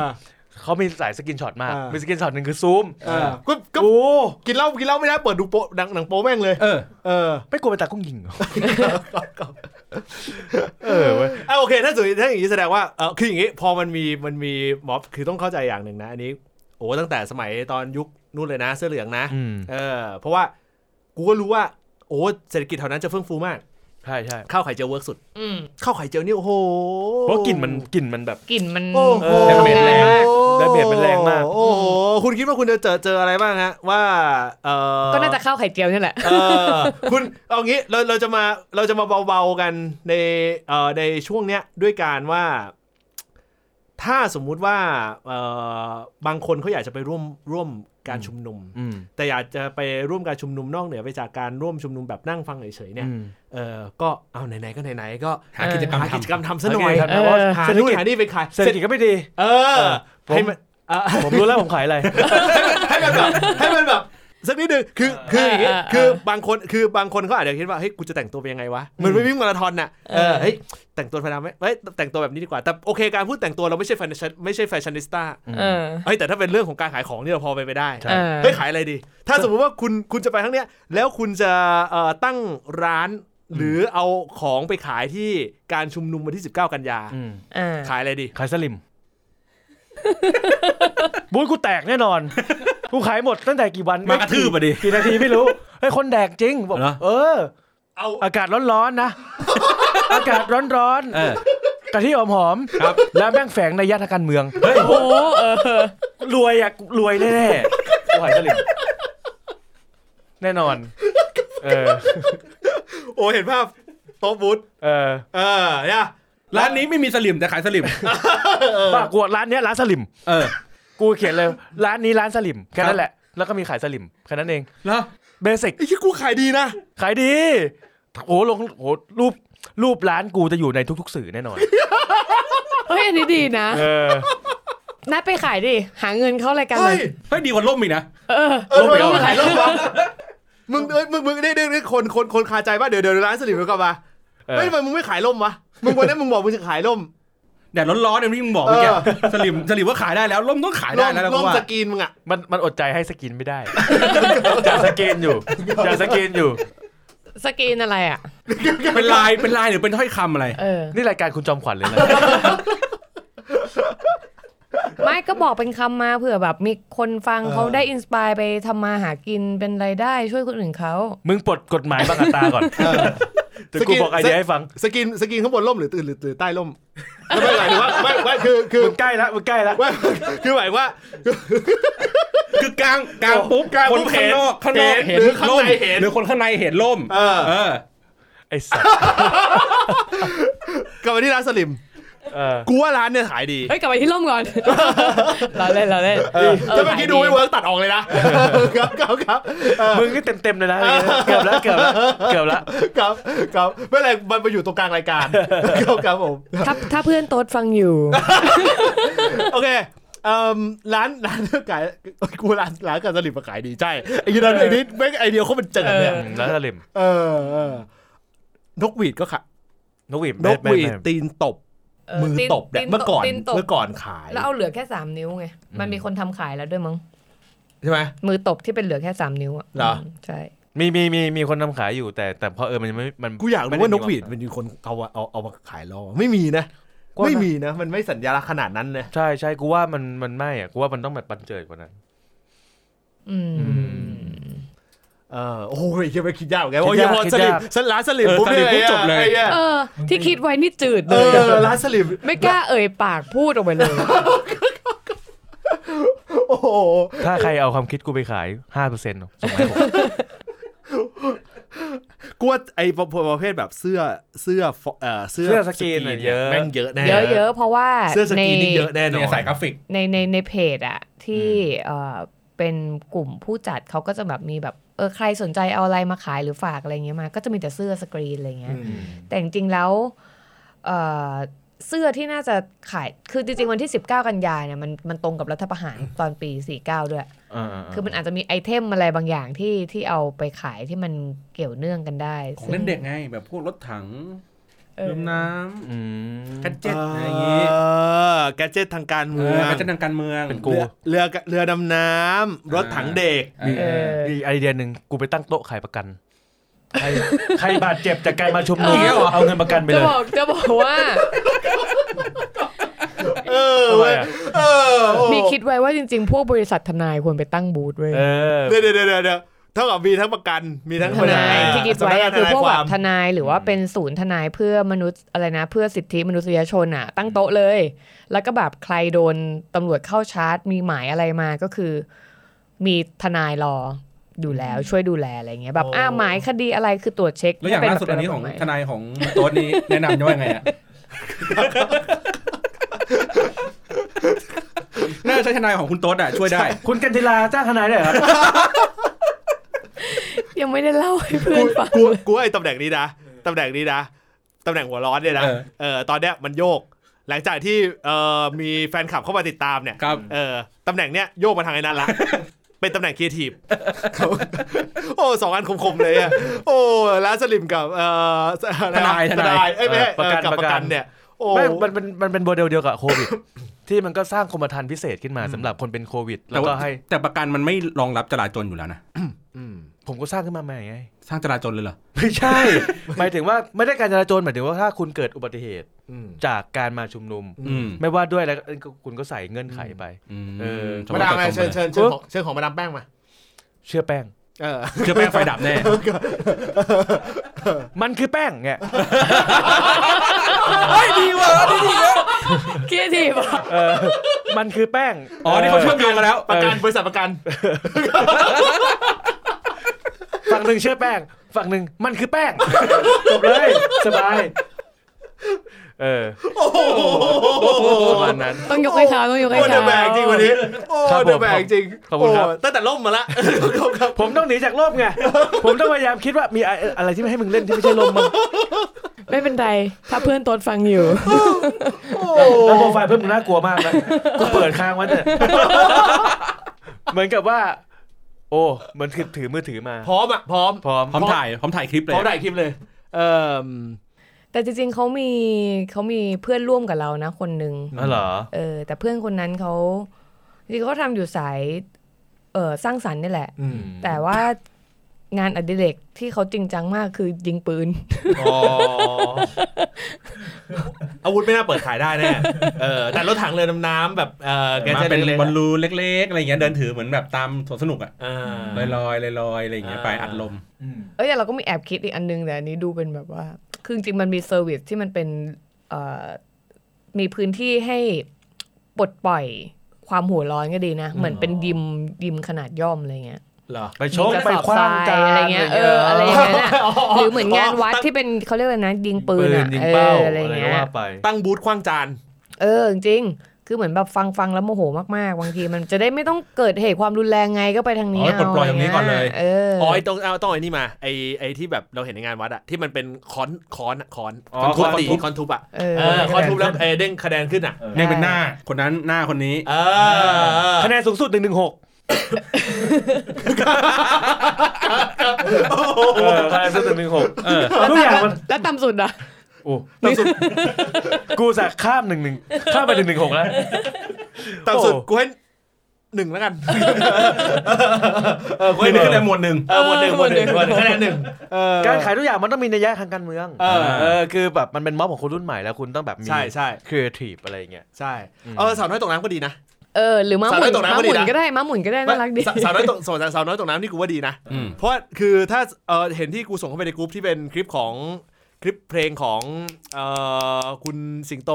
S4: เขามีสายสกินช็อตมาก
S1: อ่ามี
S4: มีสกินช็อตหนึ่งคือซูม
S1: เออก็ก็
S4: โอ้
S1: กินเหล้ากินเหล้าไม่ได้เปิดดูโปะหนังหนังโป๊แม่งเลย
S2: เออ
S1: เออ
S4: ไม่กลัวเป็นตากุ้งยิงเหรอ
S1: เออเว้ยอ่ะโอเค ถ้าสมมุติถ้าอย่างนี้แสดงว่าเออคืออย่างนี้พอมันมีมันมีม็อบคือต้องเข้าใจอย่างหนึ่งนะ อันนี้โอ้ตั้งแต่สมัยตอนยุคนู่นเลยนะเสื้อเหลืองนะ
S4: อืม
S1: เออเพราะว่ากูก็รู้ว่าโอ้เศรษฐกิจแถวนั้นจะเฟื่องฟูมาก
S4: ใช่ใช่
S1: ข้าวไข่เจียวเวิร์กสุด
S3: อืม
S1: ข้าวไข่เจียวนี่โอ้โห
S4: เพราะกลิ่นมันกลิ่นมันแบบ
S3: กลิ่นมัน
S1: โอ้โห
S4: เออ
S3: แรง
S4: มากแล้วเบสมันแรงมาก
S1: โอ้โหคุณคิดว่าคุณจะเจอเจออะไรบ้างฮะว่าเออ
S3: ก็น่าจะข้าวไข่เจียวนี่แหละ
S1: เออคุณเอางี้เราเราจะมาเราจะมาเบาๆกันในเอ่อในช่วงเนี้ยด้วยการว่า ถ้าสมมุติว่าเอ่อบางคนเขาอยากจะไปร่วมร่วมการชุมนุม
S4: อืม
S1: แต่อยากจะไปร่วมการชุมนุมนอกเหนือไปจากการร่วมชุมนุมแบบนั่งฟังเฉยๆเนี่ย
S4: อืม
S1: เออก็เอาไหนๆก็ไหนๆก็
S2: หากิจกรรม
S1: หากิจ
S2: ทำ
S1: กรรมทำซะหน่อย
S4: โเคครับ
S3: เออ
S4: แต่ว่า
S1: หา
S4: เศรษฐ
S1: นู่น
S4: กิจ
S1: หานี่ไปขาย
S4: เศรษฐกิจก็ไม่ดี
S1: เออ
S4: เออผม
S1: ให้มันเออ
S4: ผมรู้แล้วผมขายอะไร
S1: ให้มันแบบให้มันแบบสักนิดหนึงคือคืออย่างงี้
S3: เออเออ
S1: คือบางคนคือบางคนเขาอาจจะคิดว่าเฮ้ยกูจะแต่งตัวเป็นยังไงวะเหมือนไปวิ่งมาราธอนน่ะเออเฮ้ยแต่งตัวธรรมดาไหมเฮ้ยแต่งตัวแบบนี้ดีกว่าแต่โอเคการพูดแต่งตัวเราไม่ใช่แฟชั่นไม่ใช่แฟชั่นนิสต้า
S3: เออ
S1: เฮ้ยแต่ถ้าเป็นเรื่องของการขายของนี่เราพอไปไปได้
S4: ใช่
S3: เออ
S1: เฮ้ยขายอะไรดี ถ้าสมมุติว่าคุณคุณจะไปทั้งเนี้ยแล้วคุณจะเอ่อตั้งร้าน หรือเอาของไปขายที่การชุมนุมวันที่ 19 กันยา
S4: อืม
S3: อ่า
S1: ขายอะไรดี
S4: ขายสลิม (laughs) บูธกูแตกแน่นอนกูขายหมดตั้งแต่กี่วัน
S2: มากระทืบอ่ะดิ
S4: กี่นาทีไม่รู้เฮ้ยคนแดกจริงบอก
S2: เหรอ
S4: เออ
S1: เอา
S4: อากาศร้อนๆนะ (laughs) อากาศร้อน
S2: เออ
S4: ๆกะทิหอมๆครับ แล้วแม่งแฝงในยาทางการเมือง
S2: เฮ้ย
S3: โอ้เออ
S4: รวยอะรวยแน่ๆกูหายสลิมแน่นอน เออ
S1: โอ้เห็นภาพโต๊ะบูธ
S4: เออ
S1: เออเนี่ย
S2: ร้านนี้ไม่มีสลิมแต่ขายสลิม
S4: บ้ากลัวร้านเนี้ยร้านสลิม
S2: เออ
S4: กูเขียนเลยร้านนี้ร้านสลิมแค่นั้นแหละ แล้วก็มีขายสลิมแค่นั้นเอง
S2: แล้ว
S4: เบสิก
S1: ไอ้ที่กูขายดีนะ
S4: ขายดีโอ้ลงโอ้รูปรูปร้านกูจะอยู่ในทุก ๆ สื่อแน่นอน
S3: เฮ้ยอันนี้ดีนะ
S4: เออ
S3: นัดไปขายดิ หาเงินเข้ารายการเลย
S2: เฮ้ยดีกว่าล่มอีกนะ
S1: เออ
S4: ลงไป
S1: ทำไมเรา
S4: เอา
S1: ไม่ขายลงวะมึงเอ้ยมึงมึงนี่นี่คนคนคนคาใจป่ะเดี๋ยวเดี๋ยวร้านสลิมเดี๋ยวกลับมา
S4: เออ
S1: เฮ้ยทำไมมึงไม่ขายล่มวะมึงวันนั้นมึงบอกมึงจะขายล่ม
S2: แดดร้อนๆเนี่ยที่มึงบอกเมื่อกี้
S1: เออ
S2: สลิมสลิมก็ขายได้แล้วล่มต้องขาย
S1: ล่
S2: ได้
S1: ม
S2: แล้วเรา
S1: ล่ม
S2: ก็ว่า
S1: สกรีนมึงอ่ะ
S4: มันมันอดใจให้สกินไม่ได้ (laughs) จะสกินอยู่จะสกินอยู่
S3: สกรีนอะไรอ่ะ
S2: เป็นลายเป็นลายหรือเป็นถ้อยคำอะไร
S3: เออ
S4: นี่รายการคุณจอมขวัญเลยนะ
S3: ไม่ก็บอกเป็นคำมาเผื่อแบบมีคนฟังเขาได้อินสปายไปทำมาหากินเป็นรายได้ช่วยคนอื่นเขา
S4: มึงปลดกฎหมายบังอัตราก่อนแต่กูบอกไอเดียให้ฟัง
S1: สกรีนสกรีนข้างบนล่มหรือตื่นหรือหรือใต้ล่มไม่หมายถึงว่าไม่ไม่คือคือ
S4: มึงใกล้ละมึงใกล้ละ
S1: ไม่คือหมายว่า
S2: คือกลางกลางปุ๊บ
S1: กลางปุ๊
S2: คน
S1: บ
S2: ข้างนอกข้างนอก
S1: เห็นหรือข้างในเห็น
S2: หรือคนข้างในเห็นล่ม
S1: เออ
S2: เออ
S4: ไอสัตว์
S1: กลับมาที่ร้านสลิม
S4: เออ
S1: กูว่าร้านเนี่ยขายดี
S3: เฮ้ยกลับไปที่ร่มก่อน เราเล่นเราเล่น
S1: ถ้าเมื่อกี้ดูไม่เวิร์กตัดออกเลยนะครับครับครับเออ
S4: มึงนี่เต็มเต็มๆเลยนะ เกือบแล้วเกือบแล้วเกือบแล้ว
S1: ครับครับไม่เป็นไรมันไปอยู่ตรงกลางรายการครับครับผม
S3: ถ้าถ้าเพื่อนโต๊ดฟังอยู่
S1: โอเคเอิ่มร้านร้านขายกูร้านร้านกับสลิปมาขายดีใช่ไอ้ยีนันไอ้นิดแม่งไอเดียเขามันเจ๋งเนี่ย
S4: อืมแล้วสลิม
S1: เออเออนกหวีดก็ขาย
S4: นกหวีด
S1: นกหวีด
S4: ไม่ไม่ไม่
S1: ตีนตบ
S3: เออ
S1: มือตบเนี่ยเมื่อก่อน
S3: ตีตบ
S1: เมื่อก่อนขาย
S3: แล้วเอาเหลือแค่สามนิ้วไง มันมีคนทำขายแล้วด้วยมั้ง
S1: ใช่ไหม
S3: มือตบที่เป็นเหลือแค่สามนิ้วอ่ะ
S1: เหรอ
S3: มใช่
S4: มีมีมีมีคนทำขายอยู่แต่แต่เพอเออมันยังไม่มัน
S1: กูอยากรู้ว่านกหวีด
S4: ไม่ไ
S1: มันมีคนเอามาเอาเอามาขายเราไม่มีนะ
S4: กว่า
S1: ไม่มีนะ มันไม่สัญญาณขนาดนั้นเลย
S4: ใช่ใช่กูว่ามันมันไม่อ่ะกูว่ามันต้องแบบบันเจิดกว่านั้น
S3: อืม
S1: เออโอ้ยยังไปคิดยากเหมือนกันโอ้ย
S4: คิด
S1: ยั
S4: ยาง ก
S1: พอ
S4: คิด
S1: สลิป
S4: ยาก
S1: สร้านสลิป
S2: เออ
S1: ปุ๊บ
S2: สลิปปุ๊บจบเลย
S1: ไอ้หี้
S3: เออ ที่คิดไว้นี่จืด
S1: เอ
S3: เลย
S1: อร้านสลิป
S3: ไม่กล้าเอ่ยปากพูดออกไปเลย
S1: โอ้โห
S4: ถ้าใครเอาความคิดกูไปขายห้าเปอร์เซ็นต์ส่งมาให้ผม
S1: กูว่าไอ้ประเภทแบบเสื้อเสื้อฟอเอ่อเสื้อ
S4: เสื้อสกรีนอะเยอะ
S1: แม่งเยอะแน่
S3: เยอะๆ เพราะว่า
S1: เสื้อส
S3: ใน
S1: กรีนนี่เยอะแน่นอ
S2: เนี่ย
S1: น
S2: สายกราฟิก
S3: ในในในเพจอะที่เอ่อเป็นกลุ่มผู้จัดเขาก็จะแบบมีแบบเออใครสนใจเอาอะไรมาขายหรือฝากอะไรเงี้ยมา ก็จะมีแต่เสื้อสกรีนอะไรเงี้ย แต่จริงๆแล้วเอ่อเสื้อที่น่าจะขายคือจริงๆวันที่ 19 กันยายนเนี่ยมันมันตรงกับรัฐประหารตอนปี 49 ด้วย
S4: อ่าๆๆ
S3: คือมันอาจจะมีไอเทมอะไรบางอย่างที่ที่เอาไปขายที่มันเกี่ยวเนื่องกันได้
S2: ของเล่นเด็กไง แบบพวกรถถังลืมน้
S4: อืม
S2: ำกัจเจ็ต
S1: เอ
S2: อะ
S1: อ
S2: ไรอย่างงี้
S1: แกดเจ็ตทางการ
S2: เอ
S1: เมือง
S2: อกัจเจ็ตทางการเมือง
S4: เป็นกู
S1: เรือเรือเรือดำน้ำรถถังเด็ก
S2: เออ
S3: เออ
S4: มีไอเดียหนึ่งกูไปตั้งโต๊ะขายประกันใครใครบาดเจ็บจากการมาชุมนุมเอาเงินประกันไป
S3: จะ
S4: เลย
S3: บอกจะบอกว่า
S1: เออเว้ย
S4: ทำไมอะ
S1: เออโอ้
S3: มีคิดไว้ว่าจริงๆ พวกบริษัททนายควรไปตั้งบูธเว้ย
S4: เออ
S1: เดี๋ยวเดี๋ยวเดี๋ยวเดี๋ยวเท่ากับมีทั้งประกันมีทั้ง
S3: ทนาย
S1: เอ่อ
S3: ที่คิดไว้อะ
S1: สำนักงาน
S3: คือพวก
S1: ท
S3: แบ
S1: นาย
S3: บ
S1: ค
S3: ท
S1: วาม
S3: นายหรือว่าเป็นศูนย์ทนายเพื่อมนุษย์อะไรนะ เพื่อสิทธิมนุษยชนอ่ะ ตั้งโต๊ะเลย แล้วก็แบบใครโดนตำรวจเข้าชาร์จ มีหมายอะไรมาก็คือ มีทนายรออยู่แล้วช่วยดูแลอะไรเงี้ยแบบอ้าหมายคดีอะไรคือตรวจเช็ค
S2: แล้วอย่าง
S3: ให้เป็
S2: ล่าสุด
S3: แบบ
S2: อันนี้ของ
S3: เป็ระบบ
S2: ทนายของโต๊ดนี้แนะนำจะว่ายังไงอ่ะ น่าจะใช้ทนายของคุณโต๊ดอ่ะช่วยได้
S4: คุณกันทิลาจ้างทนายได้เหรอครับ
S3: ยังไม่ได้เล่าให้เพื่อนฟัง
S1: กูกูไอ้ตำแหน่งนี้นะตำแหน่งนี้นะตำแหน่งหัวร้อนเนี่ยนะ
S2: เออ
S1: เออตอนเนี้ยมันโยก หลังจากที่เออมีแฟนคลับเข้ามาติดตามเนี่ย
S2: ครับ
S1: เออตำแหน่งเนี้ยโยกมาทางไอ้นั่นละ เป็นตำแหน่งครีเอทีฟ (laughs) โอ้สองอันคมๆเลยอะโอ้ร้านสลิมกับเอ่ออะไรวะ
S2: ทนายทนาย
S1: เอ้ยไม่ใช่
S4: ประกั
S1: เอ่อ
S4: น
S1: กับ
S4: ป
S1: ประ ระ
S4: กั
S1: กัน นเนี่ย โอ้
S4: ไม่มันเป็นมันเป็นโมเดลเดียวกับโควิด ที่มันก็สร้างกรมธรรม์พิเศษขึ้นมาสำหรับคนเป็นโควิด แล้
S2: แต่
S4: วก็
S2: ว่า
S4: ให้
S2: แต่ประกันมันไม่รองรับจราจรอยู่แล้วนะ
S1: อืม
S4: ผมก็สร้างขึ้นมาใหม่ไง
S2: สร้างจราจรเลยเหรอ
S4: ไม่ใช่ หมายถึงว่าไม่ได้การจราจรหมายถึงว่าถ้าคุณเกิดอุบัติเหตุ
S1: อืม
S4: จากการมาชุมนุม
S1: อื
S2: อืม
S4: ไม่ว่าด้วยอะไรก็คุณก็ใส่เงื่อนไขไป
S2: ม
S4: เออ
S2: จร
S1: มาดาม
S2: จร
S1: ไงเชิญ
S2: จร
S1: เชิญเชิญของเชิญของมาดามแป้งมา
S4: เชื่อแป้ง
S1: เออ
S2: เชื่อแป้งไฟดับแน่
S4: มันคือแป้งไง
S3: ครีเอทีฟอะ
S4: เออมันคือแป้ง
S2: อ๋อ นี่เขาเชื่อมโยงกันแล้ว
S1: ประกันบริษัทประกัน
S4: ฝั่งหนึ่งเชื่อแป้ง ฝั่งหนึ่งมันคือแป้งจบเลยสบาย เออ
S1: โอ้โห
S4: ประมาณนั้น
S3: ต้องยกให้เขาต้องยกให้
S1: โอ้เด
S3: เขา
S1: อะแบกจริงวันนี้ โอ้
S4: ครับผม
S1: เดอะแบกจริง
S4: ขอบคุณครับ
S1: โตั้งแต่ล่มมาละ (laughs) ครับครับ
S4: ผมต้องหนีจากโลกไง ผมต้องพยายามคิดว่ามีอะไรที่ไม่ให้มึงเล่นที่ไม่ใช่ลมมึง
S5: ไม่เป็นไรถ้าเพื่อนโตนฟังอยู่
S4: แล้วโปรไฟล์เพื่อนมึงน่ากลัวมากนะกูเปิดค้างไว้เนี่ยเหมือนกับว่า โอ้เหมันถือถือมือถือมา
S1: พร้อมอ่ะพร้อม
S4: พร้อม
S2: พร้อมถ่ายพร้อมถ่ายคลิปเล
S1: พ
S2: ย
S1: ร้อมถ่ายคลิปเลยเอ่ม
S3: แต่จริงๆเขามีเขามีเพื่อนร่วมกับเรานะคนหนึ่ง
S4: อ๋อเหรอ
S3: เออแต่เพื่อนคนนั้นเขาจริงๆเขาทำอยู่สายเออสร้างสรรค์นี่แหละ แต่ว่างานอดิเรกที่เขาจริงจังมากคือยิงปืน
S1: อ๋ออาวุธไม่น่าเปิดขายได้แน่ เออ แต่รถถังเรือดำน้ำแบบเออแก
S2: มา
S1: จะเป็
S2: เป็
S1: น น
S2: บอลลูนเล็กๆอะไรอย่างเงี้ยเดินถือเหมือนแบบตามสวนสนุกอะ
S1: อ่า
S2: ลอยลอยๆลอยๆอะไรอย่างเงี้ยไป
S1: อ่า
S2: อัดลม
S3: เอ้ยแต่เราก็มีแอบคิดอีกอันนึงแต่อันนี้ดูเป็นแบบว่า คือจริงๆมันมีเซอร์วิสที่มันเป็นเอ่อมีพื้นที่ให้ปลดปล่อยความหัวร้อนก็ดีนะ เหมือนเป็นยิมยิมขนาดย่อมอะไรเงี้ย
S1: เหรอ
S4: ไปชกไปคว้างจาน
S3: อะไรเงี้ยเอออะไรอย่างเงี้ยน่ะหรือเหมือนงานวัดที่เป็นเขาเรียกอะไรนะยิงปื
S4: ปื
S3: น
S4: น
S3: อะ
S4: ยิง
S3: เอ
S4: เป้า
S3: อ
S4: อะ
S3: อะไร ไร
S4: ก็
S3: เงี้ย
S4: ว่าไป
S1: ตั้งบูธคว้างจาน
S3: เออจริงๆคือเหมือนแบบฟังฟังแล้วโมโหมากๆ บางทีมันจะได้ไม่ต้องเกิดเหตุความรุนแรงไงก็ไปทางนี้
S2: อ๋อให้ปลดปล่อยตรงนี้ก่อนเลย
S3: เออ
S1: อ๋อไอ้ตรงเอาต้องไอ้นี่มา ไอ้ไอ้ที่แบบเราเห็นในงานวัดอะที่มันเป็นค้อนค้อนอะค้อน
S4: อ๋อ
S1: คอนทุบ
S4: ค้อน
S1: ตี
S4: ทุบ
S1: คอนทุบอะ
S3: เออ
S1: เออคอนทุบแล้วเออเด้งคะแนนขึ้นอะ
S2: เนี่ยเป็นหน้าคนนั้นหน้าคนนี้
S1: เออ
S4: คะแนนสูงสุดหนึ่งหนึ่งหกคะแนนสูงสุดหนึ่งหนึ่งหกทุกอย่างมัน
S5: แล้วต่ำสุดอ่ะ
S4: โอ้กูจะข้ามหนึ่งหนึ่งข้ามไปหนึ่งหนึ่งหกแล้ว
S1: ต่ำสุด
S4: โอ้
S1: กูให้หนึ่งแล้วกัน เออกู
S2: เฮ้ย
S1: ให้หนึ่ง
S2: นี่คือในหมวดหนึ่ง
S1: เออหมวดหนึ่งหมวดหนึ่งหมวดหนึ่งคะแนนหนึ่งเออ
S4: การขายทุกอย่างมันต้องมีนัยยะทางการเมือง
S1: เออ
S4: เออคือแบบมันเป็นม็อบของคนรุ่นใหม่แล้วคุณต้องแบบมี
S1: ใช่ใช่
S4: ครีเอทีฟอะไรอย่างเงี้ย
S1: ใช่
S4: อืม
S1: เออสาวน้อยตกน้ำก็ดีนะ
S3: เออหรือม้าหมุ
S1: สาวน น้อยตกน้ำ
S3: ม้า
S1: ก็
S3: ห
S1: ดี
S3: มุน
S1: นะ
S3: ก็ได้ม้าหมุนก็ได้น่ารักดี
S1: สาสาวน้อยตกสาวสาวน้อยตกน้ำนี่กูว่าดีนะ
S2: อืม
S1: เพราะว่าคือถ้าเออเห็นที่กูส่งเข้าไปในกรุ๊ปที่เป็นคลิปของคลิปเพลงของเออคุณสิงโต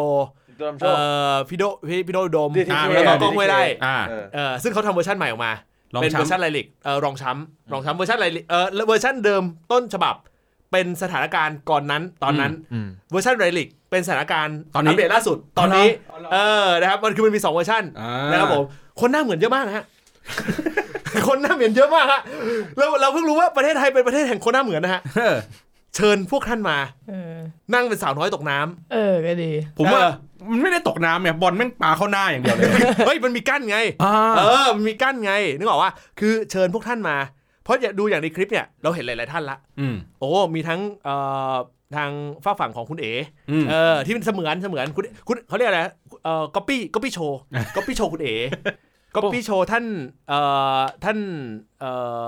S1: เออพี่โดพี่พี่โดอุดม
S4: ดีที่
S1: อ่า
S4: เค
S1: แล้วก็กล้องห้วยไร่
S2: อ่า
S4: เออ
S1: เออซึ่งเขาทำเวอร์ชันใหม่ออกมา
S2: ลอง
S1: เป็นเวอร์ชั
S2: ช้ำ
S1: นไรลิกเออรองช้ำรองช้ำเวอร์ชันไรลิกเออเวอร์ชันเดิมต้นฉบับ เป็นสถานการณ์ก่อนนั้นตอนนั้น
S4: อืม
S1: เวอร์ชันไรลิกเป็นสถานการณ์
S2: ตอนนี้
S1: อัปเดตล่าสุดตอนนี้เออนะครับมันคือมันมีสองเวอร์ชัน
S2: อ่า
S1: นะครับผมคนหน้าเหมือนเยอะมากนะฮะ (laughs) คนหน้าเหมือนเยอะมากฮะเราเราเพิ่งรู้ว่าประเทศไทยเป็นประเทศแห่งคนหน้าเหมือนนะฮะ
S2: เออ
S1: เชิญพวกท่านมา
S3: เออ
S1: นั่งเป็นสาวน้อยตกน้ำ
S3: เออก็ดี
S2: ผมว่า
S1: เออ
S2: มันไม่ได้ตกน้ำเนี่ยบอลแม่งปาเข้าหน้าอย่างเดียวเลย (laughs)
S1: เฮ้ยมันมีกั้นไง เออมันมีกั้นไงนึกออกว่าคือเชิญพวกท่านมา เพราะอย่าดูอย่างในคลิปเนี่ยเราเห็นหลาย ๆ ท่านละ
S2: อืม
S1: โอ้มีทั้งเอ่อทางฝ้ากฝั่งของคุณเอ๋
S2: อืม
S1: เออที่เป็นเสมือนเสมือนคุณคุณเขาเรียกอะไรเอ่อก๊อปปี้ก๊อปปี้โชว์ก๊อปปี้โชว์คุณเอ๋ก๊อปปี้โชว์ท่านเอ่อท่านเอ่อ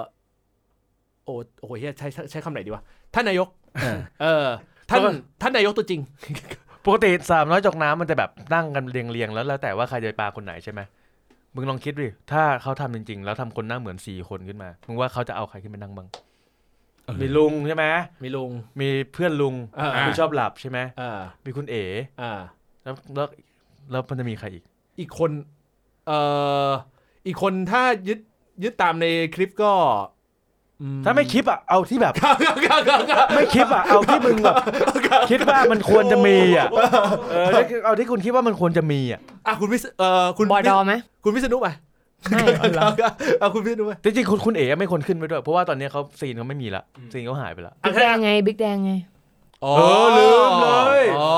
S1: โอ้โหเฮียใช้ใช้ใช้คำไหนดีวะท่านนายก
S2: เออ
S1: เออท่าน
S4: แล้วก็
S1: ท่านนายกตัวจริง
S4: ปกติสามน้อยจอกน้ำมันจะแบบนั่งกันเรียงๆแล้วแล้วแต่ว่าใครจะไปปลาคนไหนใช่ไหมมึงลองคิดดิถ้าเขาทำจริง ๆ แล้วทำคนหน้าเหมือนสี่คนขึ้นมามึงว่าเขาจะเอาใครขึ้นไปนั่งบ้าง
S2: เออ
S4: มีลุงใช่ไหม
S1: มีลุง
S4: มีเพื่อนลุง
S1: อ่า
S4: ที่ชอบหลับใช่ไหม
S1: อ่า
S4: มีคุณเอ๋
S1: อ่า
S4: แล้วแล้วแล้วมันจะมีใครอีก
S1: อีกคนเอ่ออีกคนถ้ายึดยึดตามในคลิปก็ (laughs) อื
S4: ถ้าไม่คลิปอ่ะเอาที่แบบ
S1: ครับครับครับครับครับ
S4: ไม่คลิปอ่ะเอาที่มึงแบบคิดว่ามันควรจะมีอ่ะเออแล้วคือเอาที่คุณคิดว่ามันควรจะมีอ่ะ
S1: อ่ะคุณวิศเอ่อคุณ
S3: บอยดอมไหม
S1: คุณวิษณุไป
S3: ไม่เหร
S1: (laughs)
S3: อ
S1: ครับอ่ะคุณวิษณุไป
S4: จริงๆคุณคุณเอ๋ไม่ควรขึ้นไปด้วยเพราะว่าตอนนี้เขาซีนเขาไม่มีละซีนเขาหายไปละ
S3: บิ๊กแดงไงบิ๊กแดงไง
S1: อ๋อ
S4: เออลืมเลย
S1: อ๋อ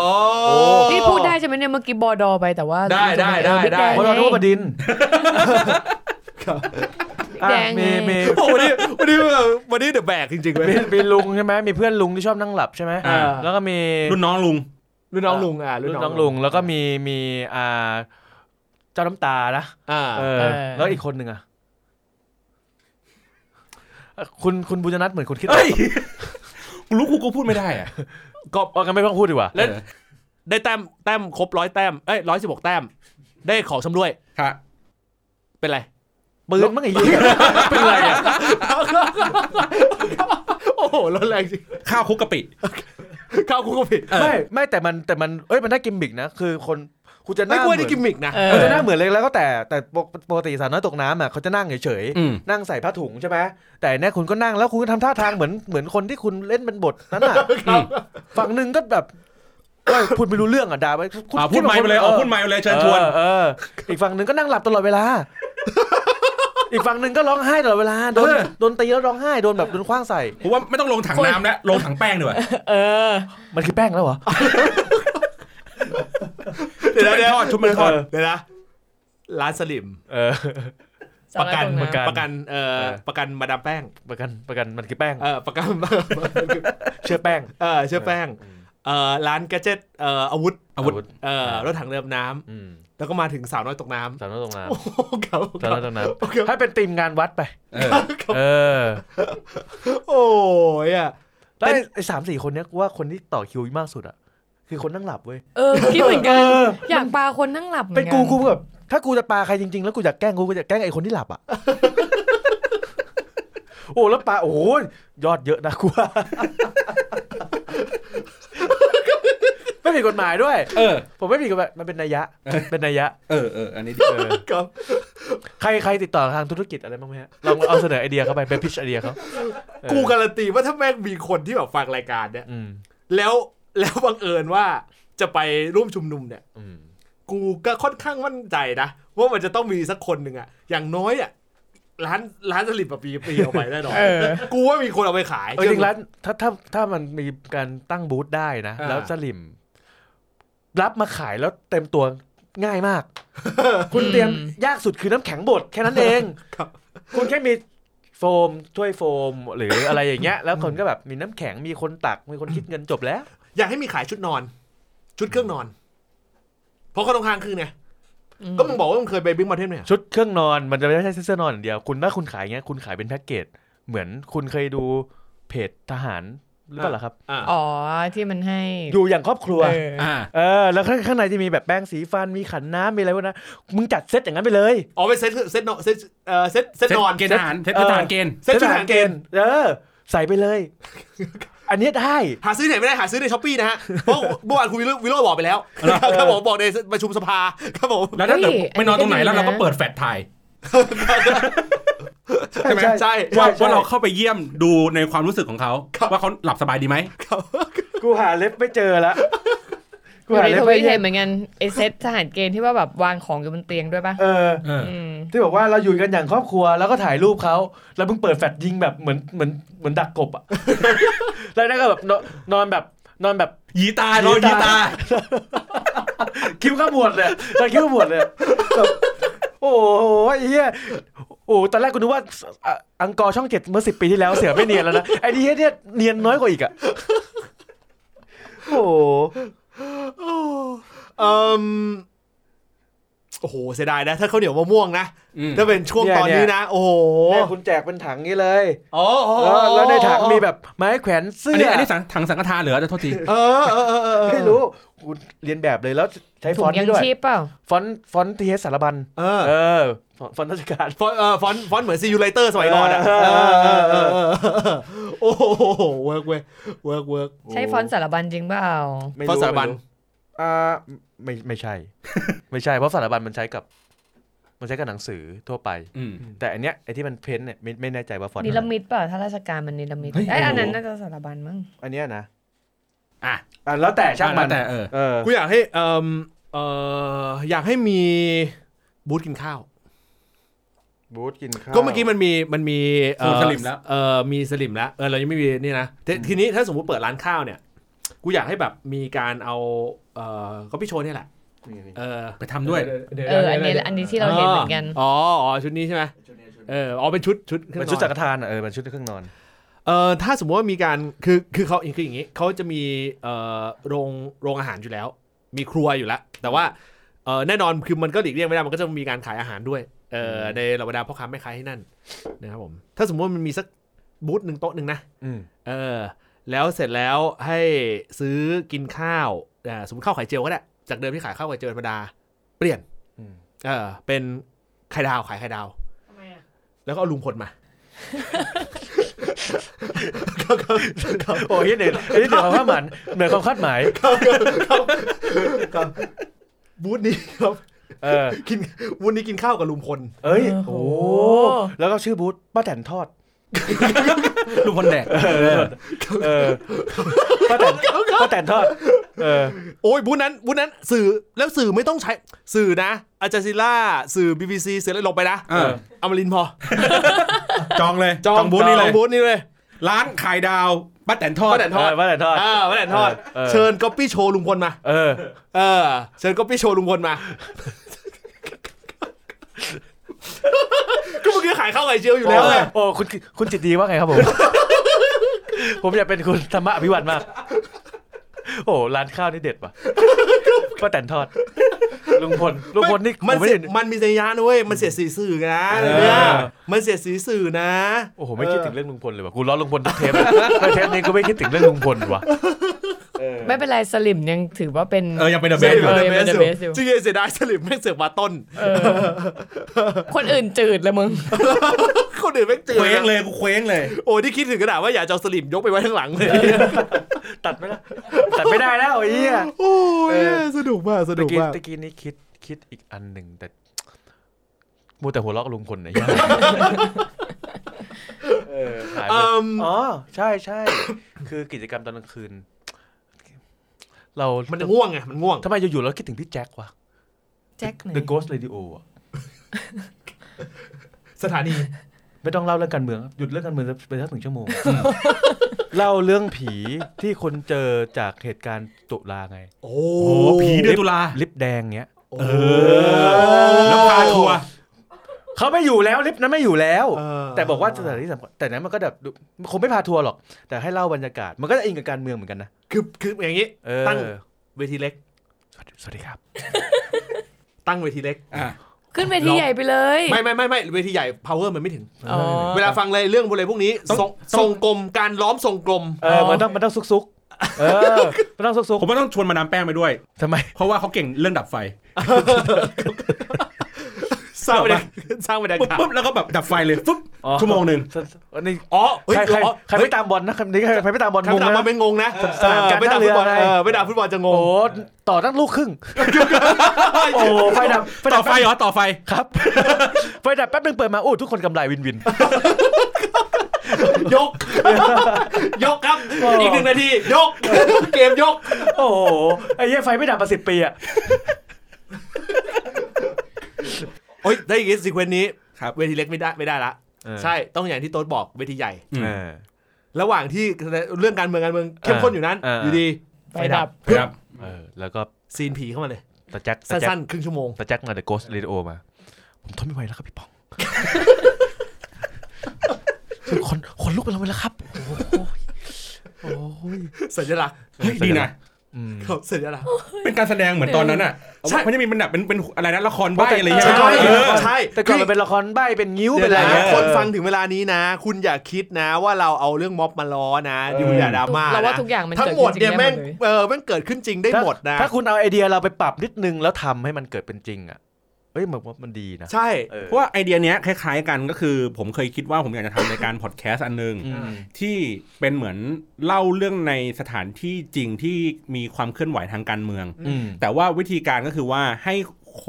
S3: นี่พูดได้ใช่ไหมเนี่ยเมื่อกี้บอยดอไปแต่ว่า
S1: ได้ได้ได้
S3: เออบิ๊กแดง
S4: เพ
S1: ได้
S4: ราะเราทุกประดิน
S3: แด
S4: อ่ะ
S3: งไง
S4: มีมี
S1: โอ้วันนี้วันนี้แบบวันนี้เดอะแบกจริงๆเลย
S4: มีมีลุงใช่ไหมมีเพื่อนลุงที่ชอบนั่งหลับใช่ไหม
S2: อ่า
S4: แล้วก็มี
S2: รุ่นน้องลุง
S1: รุ่นน้องลุงอ่ะรุ่น
S4: รุ่น
S1: น้อ
S4: น้อง ง
S1: ลุ
S4: ลุ
S1: ง
S4: งแล้วก็มีมีอ่าเจ้าน้ำตานะ
S1: อ่า
S4: เออ
S3: เออ
S4: แล้วอีกคนหนึ่งอ่ะเอ่อคุณคุณบุญนัทเหมือนคุณคิด
S2: เอ้ย กูรู้กูก็พูดไม่ได้อะ
S4: ก็เอากันไม่ต้องพูดดีกว่า
S1: แล้วได้แต้มแต้มครบร้อยแต้มเอ้ยร้อยสิบหกแต้ม ได้ของชำร่วย
S2: ค่ะ
S1: เป็นไร
S4: ปืนมั้งไอ้เหี้ยเป็นไรอ่ะ
S1: โอ้โหร้อนแรงจริง
S2: ข้าวคลุกกะปิ
S1: ข้าวคุกก็ผิด
S4: ไม่ไม่แต่มันแต่มันเอ้ยมันได้กิมมิกนะคือคนคุณจะห
S1: ไม่
S4: น้า
S1: ค
S4: เห
S1: ว
S4: มื
S1: ร
S4: อน
S1: ได้กิมมิกนะ
S3: เออ
S4: คุณจะหน้าเหมือนเลยแล้วก็แต่แต่ปกปกติสารน้อยตกน้ำอ่ะเขาจะนั่งเฉยๆ
S2: อืม
S4: นั่งใส่ผ้าถุงใช่ไหมแต่เนี่ยคุณก็นั่งแล้ว
S2: (laughs)
S4: คุณก็ทำท่าทางเหมือนเหมือนคนที่คุณเล่นเป็นบทนั้นอ่ะ
S1: ครับ
S4: ฝั่งหนึ่งก็แบบ ว่าพูดไม่รู้เรื่องอ่ะด่าไป
S2: อ่าพูดไมค์ไปเลยเอาพูดไมค์ไปเลยเชิญชวน
S4: ออเอออีกฝั่งหนึ่งก็นั่งหลับตลอดเว
S2: (laughs)
S4: ลา อีกฝั่งหนึ่งก็ร้องไห้ตลอดเวลาโดน
S2: เออ
S4: โดนตีแล้วร้องไห้โดนแบบโดนคว้างใส่
S2: ผมว่าไม่ต้องลงถังน้ำแล้วลงถังแป้งดีกว่า
S5: เออ
S4: มันคือแป้งแล้วเหรอ
S2: ชุบเป็นทอดชุบเป็นทอด
S1: เดี๋ยวนะร้านสลิม
S4: เออ
S1: ประกัน
S4: ประกัน
S1: ประกันเอ่อประกันมาดามแป้ง
S4: (laughs) ประกันประกันมันคือแป้ง
S1: เอ่อประกัน (laughs)
S4: เชื่อแป้ง
S1: เออเชื่อแป้งเอ่อร้านกระเจ็ดเอ่ออาวุธ
S2: อาวุธ
S1: เอ่อ
S4: อ่าร ร
S1: ถถังเรือน้ำ
S4: อืม
S1: แล้วก็มาถึงสาวน้อยตกน้ำ
S4: สารน้อยตรงน้
S1: โอ้โหครับ
S4: ำสารน้อยตรงน้
S1: โอเค
S4: ำให้เป็นทีมงานวัดไป
S2: เออ
S4: เออ
S1: โอ้ยอ่ะ
S4: แล้วไอ้ไอ้สามสี่คนเนี้ยกูว่าคนที่ต่อคิวมากสุดอ่ะ คือคนนั่งหลับเว้ย
S5: เออคิดเหมือนกัน
S4: เออ
S5: อยากปลาคนนั่งหลับหมื
S4: เป็
S5: อน กั
S4: กูกูแบบถ้ากูจะปาใครจริงๆ แล้วกูอยากแกล้งกูกูจะแกล้งไอ้คนที่หลับอ่ะ (laughs) โอ้แล้วปาโอ้โหยอดเยอะนะกูว่า (laughs) ไม่ผิดกฎหมายด้วย
S2: เออ
S4: ผมไม่ผิดกฎหมายมันเป็นนัยยะ เป็นนัยยะ
S2: เออเอออันนี้ดี
S4: เออ
S1: ครับ
S4: ใครใครติดต่อทางธุรกิจอะไรบ้างไหมฮะลองเอาเสนอไอเดียเข้าไปเป็นพิชไอเดียเขา
S1: กูการันตีว่าถ้าแม่งมีคนที่แบบฟังรายการเนี่ย
S4: อืม
S1: แล้วแล้วบังเอิญว่าจะไปร่วมชุมนุมเนี่ย
S4: อืม
S1: กูก็ค่อนข้างมั่นใจนะ ว่ามันจะต้องมีสักคนหนึ่งอะอย่างน้อยอะร้านร้านสลิปแบบปีปีเอาไปแน่นอน
S5: เออ
S1: กูว่ามีคนเอาไปขาย
S4: เออจริง
S1: เชื่อ
S4: ร้า
S1: มั้ย
S4: นถ้าถ้าถ้ามันมีการตั้งบูธได้นะ
S1: อ่า
S4: แล้วสลิม รับมาขายแล้วเต็มตัวง่ายมาก คุณเตรียม
S5: อืม
S4: ยากสุดคือน้ำแข็งบดแค่นั้นเองคุณแค่มีโฟมถ้วยโฟมหรืออะไรอย่างเงี้ย แล้วคนก็แบบมีน้ำแข็งมีคนตักมีคนคิดเงินจบแล้ว
S1: อยากให้มีขายชุดนอน ชุดเครื่องนอน เพราะเขาต้องค้างคืนไง
S5: อืม
S1: ก็มึงบอกว่ามึงเคยไปบิ๊กมาเทนไหมอะ
S4: ชุดเครื่องนอนมันจะไม่ใช่เสื้อนอนอย่างเดียว คุณถ้าคุณขายอย่างเงี้ยคุณขายเป็นแพ็กเกจเหมือนคุณเคยดูเพจทหารหรือเปล่าล่ะครับ
S1: อ่า
S5: อ๋อที่มันให้
S4: อยู่อย่างครอบครัว
S5: เออ
S2: อ่า
S4: เออ แล้วข้างข้างในจะมีแบบแป้งสีฟันมีขันน้ำมีอะไรพวกนั้นมึงจัดเซตอย่างนั้นไปเลย
S1: อ๋อเป็นเซตเซตนอนเซตเอ่อเซตเซต
S2: เซ็ต
S1: นอน
S2: เกณฑ์ทหารเซ็ตเซ็ตทหารเกณฑ์
S1: เซ็ตชุดทหารเกณฑ์
S4: เออ ใส่ไปเลย อันเนี้ยได้
S1: หาซื้อที่ไหนไม่ได้หาซื้อในช้อปปี้นะฮะ เพ
S4: (laughs)
S1: ราะเมื่อวานคุณวิโรจน์วิโรจน์บอกไปแล้วครับผมบอกในประชุมสภาครับผม
S2: แล้วถ้าเกิด
S5: เฮ้ย
S2: ไม่นอนตรงไหน
S5: อันนี้
S2: แล้วเราก็
S5: ดีนะ
S2: เปิดแฟลชถ่าย
S4: ใช่ไหม
S1: ใช่
S2: ว่า
S4: ใช่
S2: ว่าเราเข้าไปเยี่ยมดูในความรู้สึกของเขา
S1: ครับ
S2: ว่าเขาหลับสบายดีไหม
S4: กูหาเล็บไม่เจอละ
S5: กูเห็นทวิต
S4: จ
S5: เห็
S4: อน
S5: เหมือนกันไอเซตทหารเกณฑ์ที่ว่าแบบวางของอยู่บนเตียงด้วยป่ะ
S4: เออ
S2: เออ
S5: ม
S4: ที่บอกว่าเราอยู่กันอย่างครอบครัวแล้วก็ถ่ายรูปเขาแล้วเพิ่งเปิดแฟลชยิงแบบเหมือนเหมือนเหมือนดักกบอ่ะ แล้วนั่นก็แบบนอนนอนแบบนอนแบบ
S2: หยีตาเราหยีตา
S4: คิ้วขมวดเลยตอนคิ้วขมวดเลยแบบโอ้โหไอ้เหี้ยโอ้ตอนแรกกูนึกว่าอ่ะอังกอร์ช่องเจ็ดเมื่อสิบปีที่แล้วเสือไม่เนียนแล้วนะไอ้นี่เนี่ยเนียนน้อยกว่าอีกอ่ะโอ้โห
S1: เอ่มโอ้โหเสียดายนะ ถ้าข้าวเหนียวมะม่วงนะ
S2: อืม
S1: ถ้าเป็นช่วงตอนนี้นะ โอ้โห
S4: เนี่ยคุณแจกเป็นถังนี้เลย
S1: โอ้โห
S4: แล้วแล้วในถังมีแบบไม้แขวนเสื้อ
S2: อั
S4: อน
S2: นี้อันนี้สังถังสังฆทานเหลือแต่โทษที
S1: เออเออเออเออ
S4: ไม่รู้กูเรียนแบบเลยแล้วใช้ฟ
S5: ถุ
S4: อง นต์
S5: ยั
S4: นี้
S5: ง
S4: ด้วย
S5: ชีพเปล่า
S4: ฟอนต์ฟอนต์ทีเอสสารบัญ
S1: เออ
S4: เออ ฟอนต์ฟอนต์ราชการ
S1: ฟอนต์เออฟอนต์ฟอนต์เหมือนซียูไลเตอร์สมัยก่อนอ่ะเออเออเออเออโอ้โหเวิร์กเว้ยเวิร์กเวิร์ก
S5: ใช่ฟอนต์สารบัญจริงเปล่า
S4: ไม่
S1: ฟอนต์สารบัญ
S4: ไม่อ่าไม่ไม่ใช่ (laughs) ไม่ใช่เพราะสารบัญมันใช้กับ มันใช้กับหนังสือทั่วไป
S2: อืม
S4: แต่อันเนี้ยไอ้ที่มันเพ้นท์เนี่ยไม่ไม่แน่ใจว่าฟอนต์
S5: นิ
S4: อะไร
S5: รมิตเปล่า ถ้าราชการมันนิรมิต
S2: เฮ้ย
S5: ไอย
S2: ไม่รู้
S5: อันนั้นน่าจะสารบัญมั้ง
S4: อันเนี้ยนะ
S2: อ่ะ
S4: อ่ะแล้วแต่ช่างมัน
S2: แต่เออ
S4: เออ
S1: กูอยากให้เอ่มเอ่ออยากให้มีบูธกินข้าว
S4: บูธกินข้าว
S1: ก็เมื่อกี้มันมีมันมีเอ่อ
S2: สลิมแล้ว
S1: เออมีสลิมแล้วเออเรายังไม่มีนี่นะแต่ทีนี้ถ้าสมมติเปิดร้านข้าวเนี่ย กูอยากให้แบบมีการเอาเอ่อก็พี่โชว์เนี่ยแหละ
S4: นี่นี่
S1: เออ
S2: ไปทำด้วย
S5: เออ อันนี้อันนี้ที่เราเห็นเหมือนกัน
S1: อ๋ออ๋อชุดนี้ใช่ไหมเอออ๋อเป็นชุดชุด
S4: มัน
S1: น
S4: ชุดสังฆทานอ่ะเออมันชุดเครื่องนอน
S1: เออถ้าสมมติว่ามีการคือคือเขาคืออย่างนี้เขาจะมีเอ่อโรงโรงอาหารอยู่แล้ว มีครัวอยู่แล้ว แต่ว่าเออแน่นอนคือมันก็หลีกเลี่ยงไม่ได้มันก็จะมีการขายอาหารด้วยเออในเหล่าบรรดาพ่อค้าแม่ค้าที่นั่นนะครับผมถ้าสมมติว่ามันมีสักบูธหนึ่งโต๊ะหนึ่งนะ
S4: อืม
S1: เออแล้วเสร็จแล้วให้ซื้อกินข้าวอ่าสมมติข้าวไข่เจียวก็ได้จากเดิมที่ขายข้าวไข่เจียวธรรมดา เปลี่ยน
S4: อืม
S1: เออเป็นไข่ดาวขายไข่ดาว แล้วก็เอาลุงพลมา
S4: โอ้ยเด็ดอันนี้เดี๋ยวความคาดหมายเหนือความคาดหมาย
S1: บูธนี้ครับ (laughs)
S4: เออ
S1: กินบูธนี้กินข้าวกับลุงพล
S4: เอ้ย
S5: โอ้
S4: โอ้
S5: โห
S4: แล้วก็ชื่อบูธป้าแตนทอด
S2: ลูกคนแดก
S4: เออป้าแตนป้าแตนทอด เออ
S1: โอ้ยบูธนั้นบูธนั้นสื่อแล้วสื่อไม่ต้องใช้สื่อนะอาจาซิล่าสื่อ BBC สื่ออะไรลงไปนะ
S2: เออ
S1: อมรินทร์พอ
S2: จองเลย
S1: จองบูธนี่เลย
S2: จ
S1: บูธนี่เลย
S2: ร้านขายดาวป้าแตนทอด
S1: ป้าแตนทอด
S4: เออป้าแตนทอด
S1: อ่าป้าแตนทอด
S4: เออ
S1: เชิญก๊อปปี้โชว์ลุงพลมา
S4: เออ
S1: เออเชิญก็พี่โชว์ลุงพลมา ก็เมื่อกี้ขายข้าวไข่เจียวอยู่แล้วไง
S4: โอ้โอ้คุณคุณจิตดีว่าไงครับผม ผมอยากเป็นคุณธรรมะอภิวัตรมาก โอ้ร้านข้าวนี่เด็ดว่ะป้าแตนทอด ลุงพลลุงพลนี่
S1: มัน
S4: ผมไม่
S1: เสี
S4: ได้
S1: ยมันมีสัญญาณนะเว้ยมันเสียดสีสื่อนะ
S4: เออ
S1: เนี่ยมันเสียดสีสื่อนะ
S4: โอ้โหไม่คิดถึงเรื่องลุงพลเลยว่ะกูล้อลุงพลทุกเทปเลยแต่เทปนี้กูไม่คิดถึงเรื่องลุงพลว่ะ
S5: ไม่เป็นไรสลิมยังถือว่าเป็น
S2: เออยังเป็นเดอะ
S1: เสีย
S2: เบน
S1: ด
S2: อยู่
S5: เออมัน the best อยู่
S1: จริงๆเสียดายสลิปแม่งเสือกมาต้น
S5: คนอื่นจืดเลยมึง
S1: คนอื่นแม่งเจอ
S2: เคว้งเลยกูเคว้งเลย
S1: โอ้ยที่คิดถึงกระดาษว่าอยากจะเอาสลิปยกไปไว้ข้างหลังเลย
S4: ตัดไม่ได้ตัดไม่ได้แล้วไอ้เหี้ย
S1: โอ้ยสนุกมากส
S4: ตะ
S1: นุก
S4: กี้
S1: มาก
S4: ตะกี้นี้คิดคิดอีกอันหนึ่งแต่มูแต่หัวเราะกับลุงพลไอ้เหี้ยหายไป
S1: อืม
S4: อ๋อ ใช่ใช่ (coughs) คือกิจกรรมตอนกลางคืน เรา
S1: มันง่วงไงมันง่วง
S4: ทำไมอยู่ๆเราคิดถึงพี่แจ็ค
S1: (coughs)
S4: วะ
S5: แจ็คไหน
S4: The Ghost Radio อะ
S1: สถานี
S4: ไม่ต้องเล่าเรื่องการเมือง หยุดเรื่องการเมืองไปสักหนึ่งชั่วโมง (coughs) เล่าเรื่องผีที่คนเจอจากเหตุการณ์ตุลาไง
S1: โอ้
S2: โอ้ผีเดือนตุลา
S4: ลิฟต์แดงเนี้ย
S1: เอ
S2: แล้วพาทัวร์
S4: เขาไม่อยู่แล้วลิฟต์นั้นไม่อยู่แล้ว
S1: เออ
S4: แต่บอกว่าสถานที่สำคัญแต่นั้นมันก็แบบดูคงไม่พาทัวร์หรอก แต่ให้เล่าบรรยากาศ มันก็จะอิงกับการเมืองเหมือนกันนะ
S1: คือคืออย่างนี้
S4: เออ
S1: ตั้งเวทีเล็ก
S4: สวัสดีสวัสดีครับ
S1: (laughs) ตั้งเวทีเล็ก
S2: อ่ะ
S5: ขึ้นเวทีใหญ่ไปเลย
S1: ไม่ไม่ไม่ไม่เวทีใหญ่ power มันไม่ถึง
S5: อ๋อ
S1: เวลาฟังเลยเรื่องอะไรพวกนี้
S2: ต้อง
S1: ทรงทร
S2: ต้อง
S1: งกลมการล้อมทรงกลม
S4: เออ มันต้องมันต้องซุกซุกๆเอ
S1: (laughs)
S4: อ มันต้องซุกซุก
S2: ผมว่าต้องชวนมาดามแป้งไปด้วย
S4: ทำไม
S2: เพราะว่าเขาเก่งเรื่องดับไฟ
S1: สร้างบรรยา
S2: เหรอ
S1: กาศสร้างบรรยา
S2: ปุ๊บ
S1: กาศ
S2: ปุ๊บแล้วก็แบบดับไฟเลยปุ๊บ
S4: อ๋อ
S2: ชั่วโมงหนึ่ง
S4: (laughs) สสอันนี้
S1: อ๋อเฮ้ย
S4: ใครใคร
S1: อ๋อ
S4: ใครไม่ตามบอลนะใครนี่ใครใครไม่ตามบอล
S1: คำ
S4: งง
S1: ถาม
S4: นะ
S1: มาเป็นงงนะ
S4: สนาม
S1: เออไม่ด่าฟุตบอล
S4: การท่าเรือไง
S1: เออไม่ด่าฟุตบอลจะง
S4: โอ้
S1: ง
S4: โหต่อตั้งลูกครึ่ง โอ้โหไฟดับ
S2: ต่อไฟเหรอต่อไฟ
S4: ครับ ไฟดับแป๊บนึงเปิดมา โอ้ ทุกคนกำไรวินวิน
S1: ยก (laughs) ยกครับ
S4: โอ้
S1: อีกหนึ่งนาที ยก (laughs) เกมยก
S4: โอ้โห ไอ้เหี้ยไฟไม่ดับมาสิบปีอะ
S1: โอ้ยได้อีกซีเควนต์นี้
S2: ครับ
S1: เวทีเล็กไม่ได้ไม่ได้ละ ใช่ต้องอย่างที่โต๊ดบอกเวทีใหญ่
S2: อืม
S4: เออ
S1: ระหว่างที่เรื่องการเมืองการเมืองเข้มข้นอยู่นั้น
S4: เออ
S1: อ
S4: อ
S1: ยู่ดี
S5: ไฟดับ
S2: ไฟดับ
S4: เออ แล้วก็
S1: ซีนผีเข้ามาเลย
S4: ตาแจ็คตาแจ็
S1: สั้
S4: คน
S1: ๆครึ่งชั่วโมง
S4: ตาแจ็คมาเดอะโกสเรดิโอมา ผมทนไม่ไหวแล้วครับ (laughs) พี่ปอง คนคนลุกไปแล้วแล้วครับ โอ้โหโอ้โห
S1: สัญลักษณ์
S2: เฮ้ยดีนะ
S4: อืม
S1: ครับสัญลักษณ์
S2: เป็นการแสดงเหมือนตอนนั้นอ่ะ
S1: ใช่
S2: เขาจะมีเป็นแบบเป็นเป็นอะไรนะละครใบ้อะไรใช่ไหม
S4: ใช่
S2: เออ
S1: ใช่
S4: แต่ก่อนมันเป็นละครใบเป็นงิ้วเป็นอะไร
S1: เดี๋ยว
S4: เงี้ย
S1: นะคนฟังถึงเวลานี้นะ คุณอย่าคิดนะว่าเราเอาเรื่องม็อบมาล้อนะ
S2: เออ
S1: คุณอย่าดราม่า
S5: เราว่า
S1: นะ
S5: ทุกอย่างมัน
S1: ทั้งหมดเนี่ย
S5: เกิดขึ้นจริงๆ
S1: แม่ง
S5: ได้หมดเลย
S1: เออแม่งเกิดขึ้นจริงได้หมดนะ
S4: ถ้าถ้าคุณเอาไอเดียเราไปปรับนิดนึงแล้วทำให้มันเกิดเป็นจริงอ่ะ เอ้ยมันว่ามันดีนะ
S1: ใช่
S4: เออ
S2: เพราะว่าไอเดียเนี้ยคล้ายๆกันก็คือ ผมเคยคิดว่าผมอยากจะทำรายการพอดแคสต์อันหนึง
S4: อืม
S2: ที่เป็นเหมือนเล่าเรื่องในสถานที่จริงที่มีความเคลื่อนไหวทางการเมือง
S4: อืม
S2: แต่ว่าวิธีการก็คือว่าให้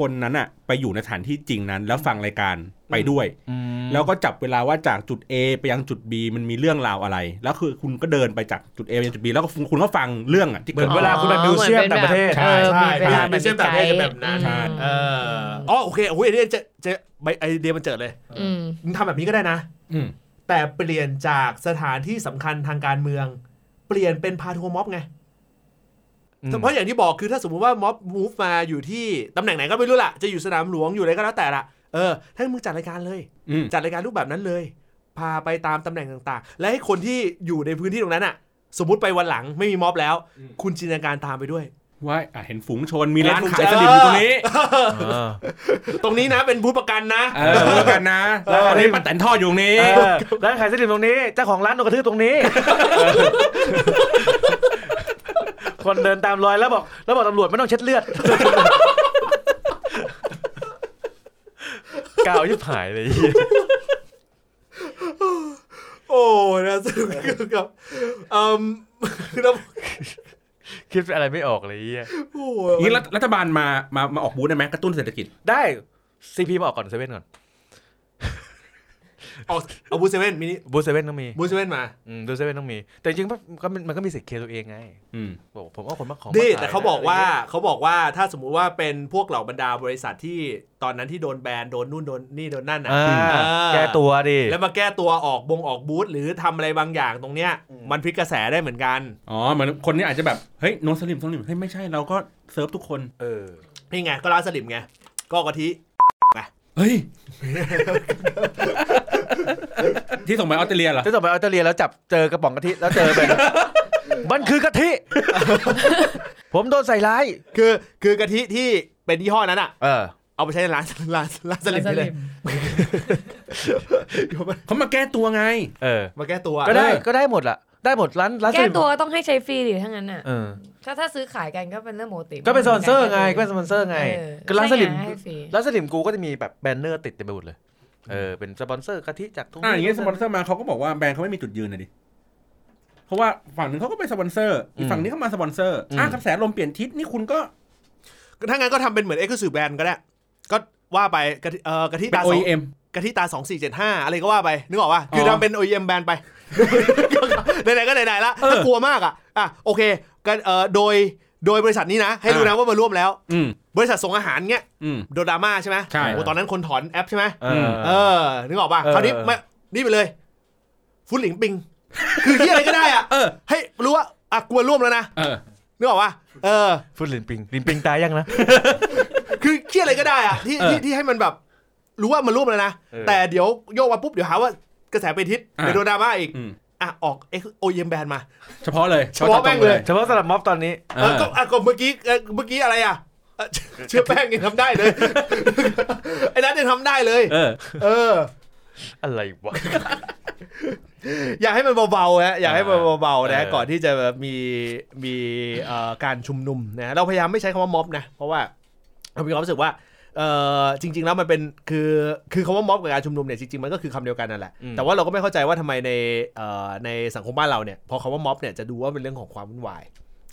S2: คนนั้นอะไปอยู่ในสถานที่จริงนั้น แล้วฟังรายการไปด้วย
S4: อืม
S2: แล้วก็จับเวลาว่าจากจุด A ไปยังจุด B มันมีเรื่องราวอะไร แล้วคือคุณก็เดินไปจากจุด A ไปยังจุด B แล้วก็คุณคุณก็ฟังเรื่องอะที่
S4: เหมื
S2: เกิ
S4: อ
S2: ด
S4: นเวลาคุณไป
S5: อ๋อ
S4: มิวเซียม
S5: หมือนป็น
S4: ต่างประเทศ
S5: แบบออมีวลา
S1: ใช่เป็นเส้นแบบให้เป็นแบบนั้น
S5: อืม
S1: เอออ๋อโอเคโอ้ยไอเดียเจะเจะไอเดียมันเจิดเลย
S5: อืม
S1: มึงทำแบบนี้ก็ได้นะ
S2: อืม
S1: แต่เปลี่ยนจากสถานที่สำคัญทางการเมือง เปลี่ยนเป็นพาทัวร์ม็อบไง
S4: อืม
S1: เพราะอย่างที่บอกคือถ้าสมมติว่าม็อบมูฟมาอยู่ที่ตำแหน่งไหนก็ไม่รู้ล่ะ จะอยู่สนามหลวงอยู่อะไรก็แล้วแต่ละเออถ้ามึงจัดรายการเลย
S2: อืม
S1: จัดรายการรูปแบบนั้นเลย พาไปตามตำแหน่งต่างๆ และให้คนที่อยู่ในพื้นที่ตรงนั้นอ่ะ สมมติไปวันหลังไม่มีม็อบแล้ว คุณจินตนาการตามไปด้วย
S2: ว่าอ่ะเห็นฝูงชนมีร้าน
S1: เห็นฝูง
S2: ขาย
S1: ชน
S2: สลิมอยู่ตรงนี้
S4: เออ
S1: ตรงนี้นะเป็นบูธประกันนะ
S2: เออแล้วกันนะแล้วอันนี้ป้าแตนทอดอยู่ตรงนี้
S4: เออร้านขายเสลิมตรงนี้เจ้าของร้านโดนกระทืบตรงนี้ คนเดินตามรอยแล้วบอก แล้วบอกตำรวจไม่ต้องเช็ดเลือดกาวยิบหายเลยไอ้เหี้ย
S1: โอ้นะสนุกกับเอ่ม (laughs) แล้ว
S4: คิดอะไรไม่ออกเลยไอ้เหี้ย
S1: โอ้
S2: อย่าง
S1: ย
S2: นี้รัฐรัฐบาลมามามาออกบูธได้ไหมกระตุ้นเศรษฐกิจ
S4: ได้ซีพีมาออกก่อนเซเว่นก่อน
S1: เอาเอาบูเซเว่นมินิ
S4: บูเซเว่นต้องมี
S1: บูเซเว่นมา
S4: บูเซเว่นต้องมี แต่จริงๆมันก็มันก็มีสิทธิ์เคตัวเองไง
S2: อืม
S4: บอกผมเอาคนมาของ
S1: ดิ
S4: มขย
S1: แต่เขาบอกว่าเขาบอกว่าถ้าสมมุติว่าเป็นพวกเหล่าบรรดาบริษัทที่ตอนนั้นที่โดนแบนโดนนู่นโดนนี่โดนนั่นน่ะ
S4: อ่า
S1: เออ
S4: แก้ตัวดิ
S1: แล้วมาแก้ตัวออกบงออกบูธหรือทำอะไรบางอย่างตรงเนี้ย มันพลิกกระแสได้เหมือนกัน
S2: อ๋อเหมือนคนนี้อาจจะแบบ เฮ้ยโนสลิมสลิมเฮ้ยไม่ใช่เราก็เซิร์ฟทุกคน
S4: เออ
S1: นี่ไงก็ร้านสลิมไงก็กะทิ
S2: เฮ้ย ที่ส่งไปออสเตรเลียเหรอ
S4: ถ้าต่อไปออสเตรเลียแล้วจับเจอกระป๋องกะทิแล้วเจอแบบ มันคือกะทิ ผมโดนใส่ร้าย
S1: คือคือกะทิที่เป็นยี่ห้อนั้นอ่ะ
S4: เออ
S1: เอาไปใช้ในร้านร้านร้านสลิมได้เลย (laughs)
S2: เขามาแก้ตัวไง
S4: เออ
S1: มาแก้ตัว
S4: ก็ได้
S1: เออ
S4: ก็ได้หมดล่ะ ได้หมดร้านร้าน
S3: แก้
S4: สลิม
S3: ตัวต้องให้ใช้ฟรีดิทั้างนั้นอ่ะ
S4: เออ
S3: ถ้าถ้าซื้อขายกันก็เป็นเรื่องปกติ
S4: ก็เป็นสปอนเซอร์ไงก็เป็นสปอนเซอร์ไง
S3: เออ
S4: ก็ร้านสลิม
S3: ใช่ไงให้ฟรี
S4: ร้านสลิมกูก็จะมีแบบแบนเนอร์ติดเต็มไปหมดเลย เออ เป็นสปอนเซอร์กะทิจากทุก
S2: อ่าอย่างเงี้ยสปอนเซอร์มาเขาก็บอกว่าแบรนด์เขาไม่มีจุดยืนนะดิ เพราะว่าฝั่งหนึ่งเขาก็ไปสปอนเซอร์ อีกฝั่งนี้เขามาสปอนเซอร์ อ่ากระแสลมเปลี่ยนทิศนี่คุณก็
S1: ถ้างั้นก็ทำเป็นเหมือนเอ็กซ์คลูซีฟแบรนด์ก็ได้ ก็ว่าไปกะทิเอ่อกะทิ
S2: เป็น
S1: ตาสอง
S2: OEM
S1: กะทิตาสองสี่เจ็ดห้าอะไรก็ว่าไป นึกออกป่ะ คือ
S2: อ
S1: ทำเป็น OEM แบรนด์ไป (laughs) ไหนๆก็ไหนๆละถ้ากลัวมากอ่ะอ่ะโอเคกันเอ่อโดยโดยบริษัทนี้นะ ให้รู้นะว่ามาร่วมแล้ว
S2: อืม
S1: บริษัทส่งอาหารเงี้ย
S2: อืม
S1: โดนดราม่าใช่ไหม
S2: ใช่
S1: โอ้ตอนนั้นคนถอนแอปใช่ไหม
S4: เอ
S2: ม
S4: อ
S1: เออ นึกออกป่ะ
S4: เออ
S1: คราวนี้มานี่ไปเลย ฟุตหลิงปิง คือที่อะไรก็ได้อะ
S2: เออ
S1: ให้รู้ว่าอ่ะกลัวร่วมแล้วนะ
S2: เออ
S1: นึกออกป่ะ เออ
S4: ฟุตลินปิงลินปิงตายยังนะ
S1: คือที่อะไรก็ได้อะที่
S2: เออ
S1: ที่ที่ให้มันแบบ รู้ว่ามันร่วมแล้วนะ
S4: เออ
S1: แต่เดี๋ยวโยกมาปุ๊บ เดี๋ยวหาว่ากระแสเป็นทิศ
S2: อ่ะ
S1: เดี๋ยวโดนดราม่าอีก
S2: อืม
S1: อ่ะ ออกเอ็กโอเยมแบนมา
S2: เฉพาะเลย
S1: เฉพาะแม่งเลย
S4: เฉพาะสำหรับม็อบตอนนี้
S2: เอ
S1: เออ
S2: อ
S1: ก็อ่ะก็เมื่อกี้เอ่อเมื่อกี้อะไรอ่ะเอ่อเชื่อแป้งยังทำได้เลย (laughs) ไอ้นั้นยังทำได้เลย
S2: เออ
S1: เออ
S4: อะไรวะ
S1: อยากให้มันเบาๆนะอยากให้มันเบาๆนะ
S4: เออ
S1: ก่อนที่จะแบบมีมีเอ่อการชุมนุมนะเราพยายามไม่ใช้คำว่าม็อบนะเพราะว่าเรามีความรู้สึกว่าเออจริง ๆ แล้วมันเป็นคือคือคำว่าม็อบกับการชุมนุมเนี่ยจริงๆมันก็คือคำเดียวกันนั่นแหละแต่ว่าเราก็ไม่เข้าใจว่าทำไมในเอ่อในสังคมบ้านเราเนี่ยพอคำว่าม็อบเนี่ยจะดูว่าเป็นเรื่องของความวุ่นวาย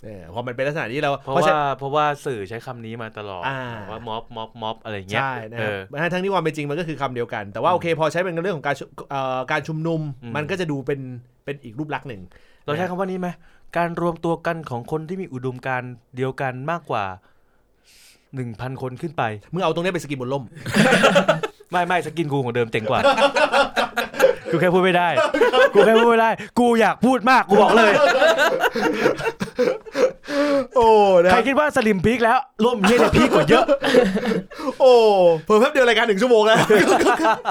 S1: เออพอมันเป็นลักษณะที่เรา
S4: เพราะ
S1: พฉ
S4: ว่าเพราะว่าสื่อใช้คำนี้มาตลอด
S1: อ่า
S4: ว่าม็อบม็อบม็อบอะไรเงี้ย
S1: ใช่นะ
S4: เอ
S1: ครับ
S4: อ
S1: นะทั้งที่ความเป็นจริงมันก็คือคำเดียวกัน แต่ว่าโอเคพอใช้เป็นเรื่องของการชุเอ่อการชุมนุม
S4: อืม
S1: มันก็จะดูเป็นเป็นอีกรูปลักษณ์หนึ่ง
S4: เราใช้คำว่านี้ไหมการรวมตัวกันของคนที่มีอุดมการณ์เดียวกันมากกว่าหนึ่งพันคนขึ้นไป
S1: มึงเอาตรงเนี้ยไปสกินบนล่ม
S4: ไม่ไม่สกินกูของเดิมเจ๋งกว่า (laughs) กูแค่พูดไม่ได้ กูแค่พูดไม่ได้ กูอยากพูดมาก กูบอก
S1: (laughs)
S4: เลย
S1: โอ้นะ
S4: ใครคิดว่าสลิมพีคแล้วร่วมเฮียเนี่ยพีคกว่าเยอะ
S1: โอ้เพิ่มแป๊บเดียวรายการหนึ่งชั่วโมงแล้ว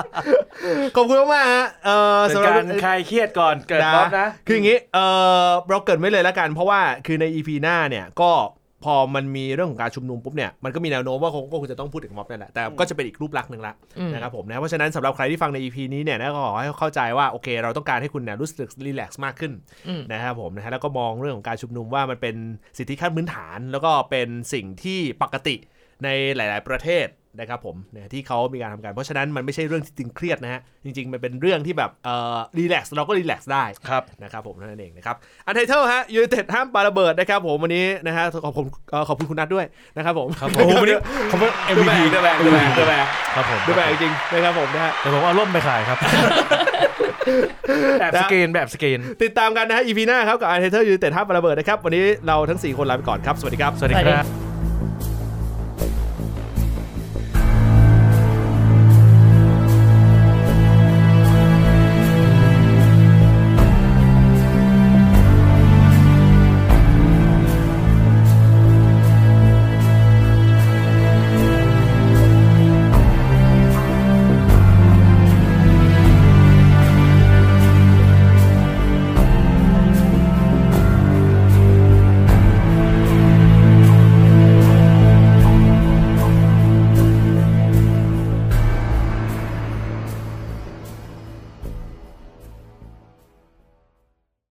S1: (laughs) ขอบคุณมากๆฮะเอ่ (laughs) อ
S4: เป็น
S1: สำหรั
S4: กา
S1: บ
S4: รคลายเครียดก่อนเกิดม็อบนะ
S1: คืออย่างนี้เอ่อเราเกริดไม่เลยละกัน เพราะว่าคือใน EP หน้าเนี่ยก็พอมันมีเรื่องของการชุมนุมปุ๊บเนี่ยมันก็มีแนวโน้มว่าคงก็คงจะต้องพูดถึงม็อบนั่นแหละแต่ก็จะเป็นอีกรูปลักษณ์หนึ่งละนะครับผมนะเพราะฉะนั้นสำหรับใครที่ฟังใน EP นี้เนี่ยนะก็ขอให้เข้าใจว่าโอเค เราต้องการให้คุณเนี่ยรู้สึกรีแลกซ์มากขึ้น นะครับผมนะฮะแล้วก็มองเรื่องของการชุมนุมว่ามันเป็นสิทธิขั้นพื้นฐาน แล้วก็เป็นสิ่งที่ปกติในหลาย ๆ ประเทศนะครับผมนะที่เขามีการทำการ เพราะฉะนั้นมันไม่ใช่เรื่องที่ตึงเครียดนะฮะจริง ๆ มันเป็นเรื่องที่แบบเอ่อรีแลกซ์เราก็รีแลกซ์ได้
S4: ครับ
S1: นะครับผมนั่นเองนะครับอันไทเทิลฮะยูเต็ดห้ามปาระเบิดนะครับผมวันนี้นะฮะขอบผมเอ่อขอบคุณคุณนัทด้วยนะครับผม
S4: ครับผม
S1: โอ้โหวันนี้
S2: เขาเป็น
S1: ดูแบ
S2: MVP
S1: กดูแบกดูแบกดูแบก
S4: ครับผม
S1: ดูแบกจริงๆนะครับผมนะฮะ
S4: แต่ผมเอาร่มไปขายครับ แบบสเกนแบบสเกน
S1: ติดตามกันนะฮะ EP หน้าครับกับ a r t e t e r ยูเต็ดท่าประเบิดนะครับ วันนี้เราทั้ง 4 คนลาไปก่อนครับ สวัสดีครับ
S4: สวัสดีครับ